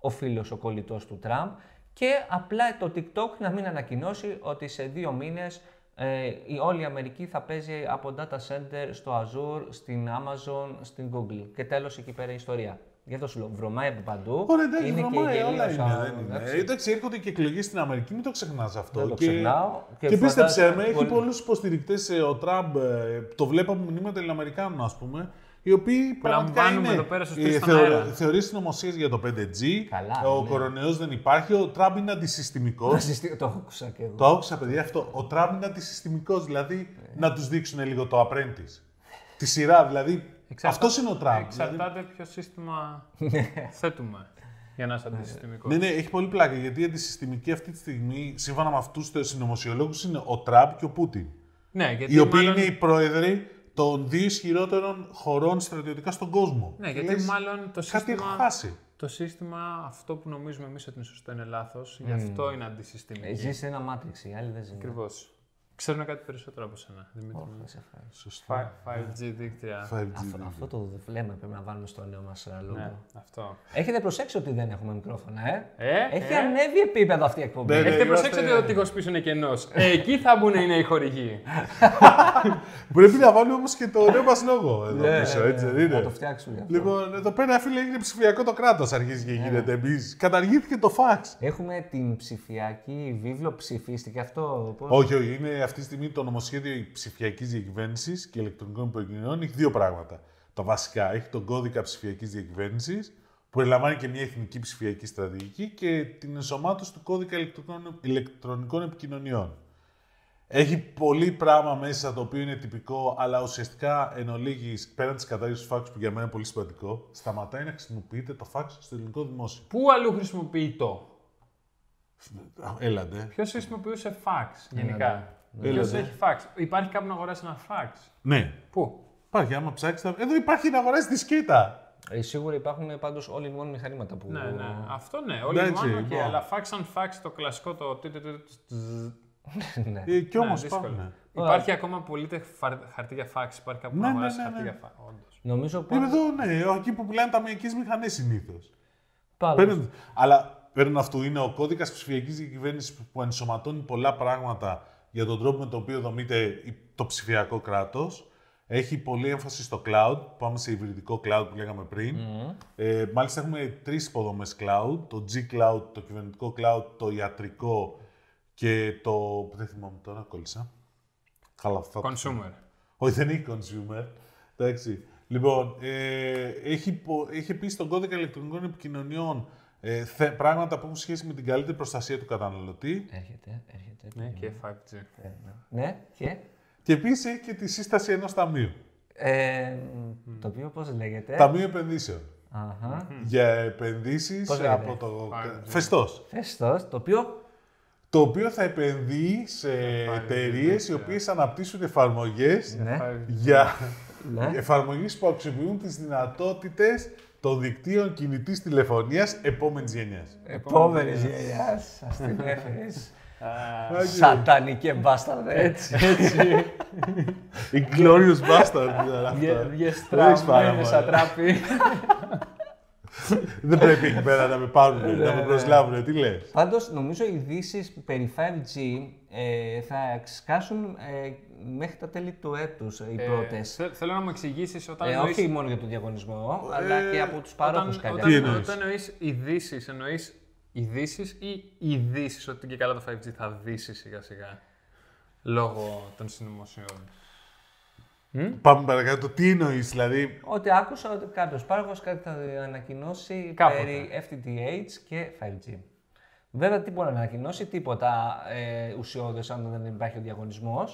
S3: ο φίλος, ο κολλητός του Τραμπ, και απλά το TikTok να μην ανακοινώσει ότι σε δύο μήνες ε, η όλη η Αμερική θα παίζει από data center στο Azure, στην Amazon, στην Google. Και τέλος εκεί πέρα η ιστορία. Γι' αυτό σου λέω, βρωμάει από παντού.
S2: Ωραία, εντάξει, βρωμάει,
S3: γελίος,
S2: όλα είναι. Ναι,
S3: α,
S2: δεν είναι.
S3: εντάξει.
S2: Εντάξει, έρχονται και εκλογές στην Αμερική, μην το ξεχνάς αυτό.
S3: Δεν το ξεχνάω.
S2: Και,
S3: Και
S2: πίστεψε με,
S3: φαντάζομαι
S2: έχει
S3: πολύ-
S2: πολλούς υποστηρικτές ο Τραμπ. ε, Το βλέπαμε μηνύματα Ελληνοαμερικάνων, ας πούμε. Οι οποίοι πραγματικά
S1: λαμβάνουμε
S2: είναι. ε,
S1: εδώ πέρα σωστή στον αέρα.
S2: Θεωρείς συνωμοσίες για το 5G.
S3: Καλά,
S2: ο
S3: ναι.
S2: κοροναϊός δεν υπάρχει. Ο Τραμπ είναι αντισυστημικός.
S3: Συστή- Το άκουσα και εγώ.
S2: το άκουσα, παιδιά, αυτό. Ο Τραμπ είναι αντισυστημικός. Δηλαδή,
S3: Ναι.
S2: να τους δείξουν λίγο το apprentice. Τη σειρά, δηλαδή.
S1: Εξαρτάται-
S2: Αυτός είναι ο Τραμπ. δηλαδή.
S1: Εξαρτάται ποιο σύστημα θέτουμε για να είσαι αντισυστημικός.
S2: Ναι, ναι, έχει πολύ πλάκα γιατί η αντισυστημική αυτή τη στιγμή, σύμφωνα με αυτούς τους συνωμοσιολόγους, είναι ο Τραμπ και ο Πούτιν.
S1: Ναι, γιατί
S2: οι οποίοι
S1: μάλλον-
S2: είναι οι πρόεδροι των δύο ισχυρότερων χωρών στρατιωτικά στον κόσμο.
S1: Ναι,
S2: Και
S1: γιατί
S2: λες,
S1: μάλλον το
S2: Κάτι έχω
S1: σύστημα,
S2: χάσει.
S1: το σύστημα αυτό που νομίζουμε εμείς ότι είναι σωστό είναι λάθος. Γι' αυτό είναι αντισυστημικό.
S3: Ε, Ζεις σε ένα μάτριξ, οι άλλοι δεν ζουν.
S1: Ακριβώς. Ξέρουν κάτι περισσότερο από σένα, Δημήτρη. μου.
S3: Σε ευχαριστώ.
S2: Σωστό.
S1: 5G δίκτυα.
S2: 5G.
S3: Αυτό, αυτό το λέμε πρέπει να βάλουμε στο νέο μας ε,
S1: Ναι,
S3: λόγο.
S1: αυτό.
S3: Έχετε προσέξει ότι δεν έχουμε μικρόφωνα, ε.
S1: Ε,
S3: Έχει
S1: ε.
S3: ανέβει επίπεδο αυτή η εκπομπή.
S2: Ναι, ναι.
S1: Έχετε
S2: είμαστε-
S1: προσέξει ότι ο τείχο πίσω είναι κενός. Εκεί θα μπουν οι νέοι χορηγοί.
S2: Πρέπει να βάλουμε όμως και το νέο μας λόγο εδώ
S3: Ναι,
S2: πίσω,
S3: ναι, ναι.
S2: έτσι δεν είναι.
S3: Να το φτιάξουμε γι' αυτό.
S2: Λοιπόν, εδώ πέρα φίλε είναι ψηφιακό το κράτος αρχίζει
S3: Ναι.
S2: και γίνεται. Εμείς καταργήθηκε το φαξ.
S3: Έχουμε την ψηφιακή βίβλο, ψηφίστηκε αυτό. Πώς...
S2: Όχι, όχι. Είναι αυτή τη στιγμή το νομοσχέδιο ψηφιακής διακυβέρνησης και ηλεκτρονικών υποκοινωνιών. Έχει δύο πράγματα. Τα βασικά. Έχει τον κώδικα ψηφιακής διακυβέρνησης, που περιλαμβάνει και μια εθνική ψηφιακή στρατηγική και την ενσωμάτωση του κώδικα ηλεκτρονικών, ηλεκτρονικών επικοινωνιών. Έχει πολύ πράγμα μέσα το οποίο είναι τυπικό, αλλά ουσιαστικά εν ολίγης, πέραν της κατάργησης του φάξ που για μένα είναι πολύ σημαντικό, σταματάει να χρησιμοποιείται το φάξ στο ελληνικό δημόσιο.
S1: Πού αλλού χρησιμοποιεί το.
S2: Έλαντε.
S1: Ποιος χρησιμοποιούσε φαξ γενικά.
S2: ναι.
S1: Ποιο
S2: Ναι.
S1: έχει φαξ. Υπάρχει κάπου να αγοράσει ένα φαξ.
S2: Ναι.
S1: Πού.
S2: Υπάρχει, άμα ψάξεις. Εδώ υπάρχει να αγοράσεις τη σκέτα.
S3: Ε, σίγουρα υπάρχουν πάντως όλοι μόνο μηχανήματα που...
S1: Ναι, ναι. Αυτό ναι. Όλοι
S2: Εντάξει,
S1: μάλλον και.
S2: λοιπόν.
S1: Αλλά φαξ αν φαξ το κλασικό το. τι, τι, τι, τι, τι,
S3: ναι.
S2: Ε, κι
S1: Ναι,
S2: όμως
S1: δύσκολο.
S2: πάμε.
S1: Υπάρχει ακόμα πολύ τε- φαρ- χαρτί για φάξ. Υπάρχει κάπου
S2: Ναι,
S1: να
S2: ναι,
S1: αγοράσει
S2: ναι,
S1: χαρτί
S2: ναι.
S1: για φάξ. Όντως.
S3: Νομίζω πά...
S2: Είναι εδώ, ναι, εκεί που πουλάνε ταμιακέ μηχανές συνήθως.
S3: πάλι-
S2: Αλλά πέραν αυτού είναι ο κώδικας ψηφιακής διακυβέρνησης που ενσωματώνει πολλά πράγματα για τον τρόπο με τον οποίο δομείται η- το ψηφιακό κράτος. Έχει πολύ έμφαση στο cloud, πάμε σε υβριδικό cloud που λέγαμε πριν. Ε, μάλιστα έχουμε τρεις υποδομές cloud, το G-Cloud, το κυβερνητικό cloud, το ιατρικό και το... δεν θυμάμαι τώρα, κόλλησα. Καλά, θα...
S1: Consumer.
S2: Όχι, δεν έχει consumer. Εντάξει. Λοιπόν, ε, έχει, πο- έχει επίσης στον κώδικα ηλεκτρονικών επικοινωνιών ε, θε- πράγματα που έχουν σχέση με την καλύτερη προστασία του καταναλωτή.
S3: Έρχεται, έρχεται.
S1: Ναι, και 5G.
S3: Ναι, και.
S2: Και επίσης έχει και τη σύσταση ενός ταμείου.
S3: Ε, το οποίο πώς λέγεται.
S2: Ταμείο επενδύσεων.
S3: Αχα.
S2: Για επενδύσεις
S3: Πώς λέγεται?
S2: από το.
S1: Five G.
S2: Φεστός.
S3: Φεστός, το οποίο.
S2: Το οποίο θα επενδύει σε εταιρείε οι οποίες αναπτύσσουν εφαρμογές
S3: Ναι.
S1: 5G.
S2: για
S3: Ναι.
S2: εφαρμογές που αξιοποιούν τις δυνατότητες των δικτύων κινητής τηλεφωνίας επόμενης γενιάς.
S3: Επόμενης γενιάς. Σας την έφερες.
S1: Α,
S2: Άγιε.
S3: Σατανικέ μπάσταρδε. Έτσι.
S1: Έτσι.
S2: Η glorious bastard ήταν
S1: Βγες
S2: αυτό. Δεν έχεις πάρα
S1: στραμμένο
S2: πολλά.
S1: σαν τράπη.
S2: Δεν πρέπει εκεί πέρα να με
S3: Ναι,
S2: πάρουν, να με προσλάβουν. Τι λες.
S3: Πάντως, νομίζω οι ειδήσεις περί 5G ε, θα σκάσουν ε, μέχρι τα τέλη του έτους οι
S1: Ε,
S3: πρώτες.
S1: θε- Θέλω να μου εξηγήσεις όταν.
S3: Ε,
S1: εννοείς- Ε,
S3: όχι μόνο για τον διαγωνισμό, αλλά και από τους παρόχου
S1: Όταν,
S3: κάτι.
S1: όταν,
S2: Τι
S1: όταν,
S2: εννοείς?
S1: εννοείς ειδήσεις, εννοείς ειδήσεις ή ειδήσεις ότι και καλά το 5G θα δύσεις σιγά σιγά λόγω των συνωμοσιών.
S2: Πάμε παρακάτω. Τι εννοείς, δηλαδή.
S3: Ότι άκουσα ότι κάποιος πάροχος κάτι θα ανακοινώσει
S1: Κάποτε.
S3: περί FTTH και 5G. Βέβαια, τι μπορεί να ανακοινώσει, τίποτα ε, ουσιώδες αν δεν υπάρχει ο διαγωνισμός,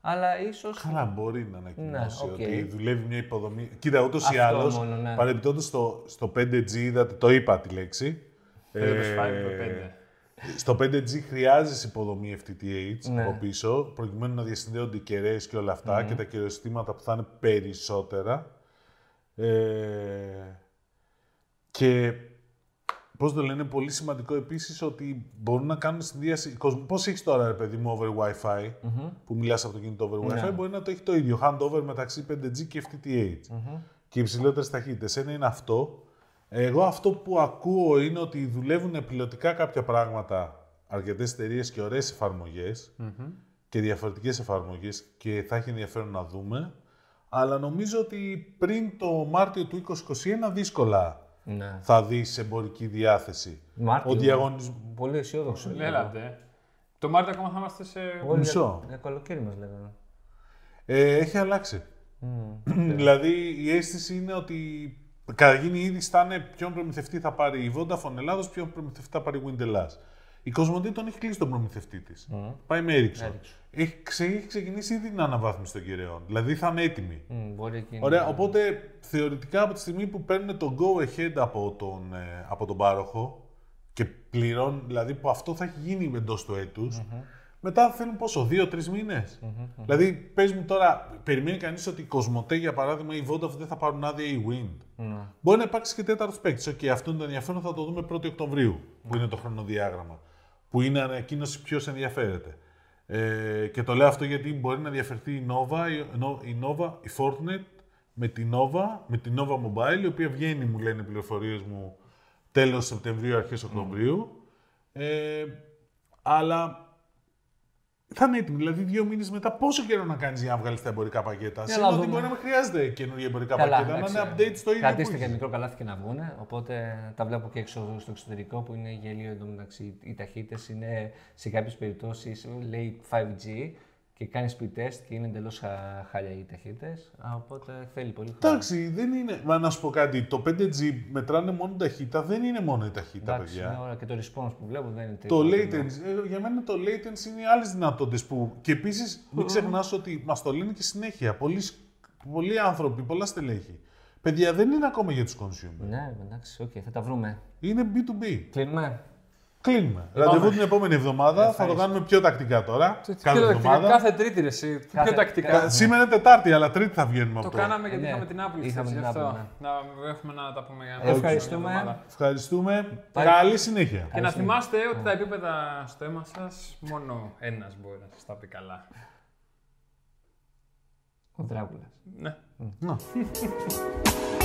S3: αλλά ίσως.
S2: Καλά, μπορεί να ανακοινώσει
S3: Ναι, οκ.
S2: ότι δουλεύει μια υποδομή. Κοίτα, ούτως ή
S3: Αυτό
S2: άλλως,
S3: μόνο, ναι.
S2: παρεμπιπτόντω στο, στο 5G, είδατε, το είπα τη λέξη.
S1: Περίπου
S2: Ε,
S1: 5
S2: Στο 5G χρειάζεσαι υποδομή FTTH
S3: Ναι.
S2: από πίσω, προκειμένου να διασυνδέονται οι κεραίες και όλα αυτά και τα κυριοσυστήματα που θα είναι περισσότερα. Ε, και πώς το λένε, πολύ σημαντικό επίσης ότι μπορούν να κάνουν συνδύαση. κόσμο- Πώς έχεις τώρα, ρε παιδί μου, over Wi-Fi, που μιλάς από το κινητό over Wi-Fi, μπορεί να το έχει το ίδιο, handover μεταξύ 5G και FTTH. Και υψηλότερες ταχύτητες. Ένα είναι αυτό. Εγώ αυτό που ακούω είναι ότι δουλεύουν πιλωτικά κάποια πράγματα αρκετές εταιρείες και ωραίες εφαρμογές και διαφορετικές εφαρμογές και θα έχει ενδιαφέρον να δούμε. Αλλά νομίζω ότι πριν το Μάρτιο του 2021 δύσκολα
S3: Ναι.
S2: θα δεις εμπορική διάθεση.
S3: Μάρτιο.
S2: Ο διαγωνισμός...
S3: Πολύ αισιόδοξο. ναι.
S1: Έλατε. Το Μάρτιο ακόμα θα είμαστε σε.
S3: Όλοι
S2: Μισό.
S3: Για, για καλοκαίρι μας λέγανε.
S2: Ε, έχει αλλάξει. δηλαδή η αίσθηση είναι ότι καταρχήν η είδηση θα είναι ποιον προμηθευτή θα πάρει η Vodafone Ελλάδος, ποιον προμηθευτή θα πάρει η Wind Ελλάς. Η Κοσμοντή τον έχει κλείσει τον προμηθευτή της. Πάει με Ericsson. Έχει, ξε- έχει ξεκινήσει ήδη την αναβάθμιση των κυραιών. Δηλαδή θα είναι έτοιμη.
S3: Μμ, μπορεί εκείνη.
S2: Ωραία, οπότε θεωρητικά από τη στιγμή που παίρνουν το go ahead από τον, ε, από τον πάροχο και πληρώνουν, δηλαδή που αυτό θα έχει γίνει εντός του ετου μετά θέλουν πόσο, δύο-τρει Δηλαδή, πες μου τώρα, περιμένει κανείς ότι η Κοσμοτέ, για παράδειγμα, η Vodafone δεν θα πάρουν άδεια ή η Wind. Μπορεί να υπάρξει και τέταρτος παίκτης. Οκ, αυτό είναι το ενδιαφέρον, θα το δούμε 1η Οκτωβρίου, που είναι το χρονοδιάγραμμα. Που είναι ανακοίνωση ποιος ενδιαφέρεται. Ε, και το λέω αυτό γιατί μπορεί να διαφερθεί η Nova, η, Nova- η Nova, η Fortnite με την Nova, με την Nova Mobile, η οποία βγαίνει, μου λένε οι πληροφορίες μου, τέλος Σεπτεμβρίου, αρχές Οκτωβρίου. Ε, αλλά θα είναι έτοιμη. Δηλαδή, δύο μήνες μετά, πόσο καιρό να κάνεις για να βγάλεις τα εμπορικά πακέτα.
S3: Για να
S2: Σίγουρα ότι
S3: δούμε.
S2: μπορεί να μην χρειάζεται καινούργια εμπορικά
S3: Καλά,
S2: πακέτα, να είναι
S3: εντάξει.
S2: update στο ίδιο. που
S3: Κρατήστε και
S2: έχεις.
S3: μικρό καλάθι και να βγουν. Οπότε τα βλέπω και έξω στο εξωτερικό που είναι γελίο εδώ μεταξύ. Οι ταχύτητες είναι σε κάποιες περιπτώσεις λέει 5G και κάνει speed test και είναι εντελώς χάλια οι ταχύτητες. Οπότε θέλει πολύ χρόνο.
S2: Εντάξει, δεν είναι. Μα να σου πω κάτι, το 5G μετράνε μόνο ταχύτητα, δεν είναι μόνο η ταχύτητα,
S3: Εντάξει,
S2: παιδιά.
S3: είναι ώρα και το response που βλέπω δεν είναι
S2: Το
S3: τίποτα.
S2: latency, ε, για μένα το latency είναι άλλες δυνατότητες που. Και επίσης μην ξεχνάς ότι μας το λένε και συνέχεια. Πολλοί, σ- πολλοί άνθρωποι, πολλά στελέχη. Παιδιά δεν είναι ακόμα για τους consumer.
S3: Ναι, εντάξει, οκ, θα τα βρούμε.
S2: Είναι B2B.
S3: Κλείνουμε.
S2: Κλείνουμε. Ραντεβού την επόμενη εβδομάδα. Θα το κάνουμε πιο τακτικά τώρα. Κάθε
S1: Πιο τακτικά,
S2: εβδομάδα.
S1: Κάθε τρίτη ρε εσύ.
S3: Κάθε-
S1: Πιο τακτικά.
S2: Κα- Σήμερα είναι Τετάρτη, αλλά Τρίτη θα βγαίνουμε
S1: Το
S2: από τώρα.
S1: κάναμε γιατί
S3: ναι.
S1: είχαμε την Apple
S3: Είχαμε
S1: χθες, γι'
S3: την Apple,
S1: αυτό.
S3: ναι.
S1: Να έχουμε να τα πούμε για να
S3: Ευχαριστούμε.
S1: την εβδομάδα.
S2: Ευχαριστούμε.
S3: Bye.
S2: Καλή συνέχεια.
S1: Και να θυμάστε ότι τα
S3: Ναι.
S1: επίπεδα στο αίμα σας, μόνο ένας μπορεί να σας τα πει καλά.
S3: Ο Δράκουλας.
S1: Ναι.
S2: Να.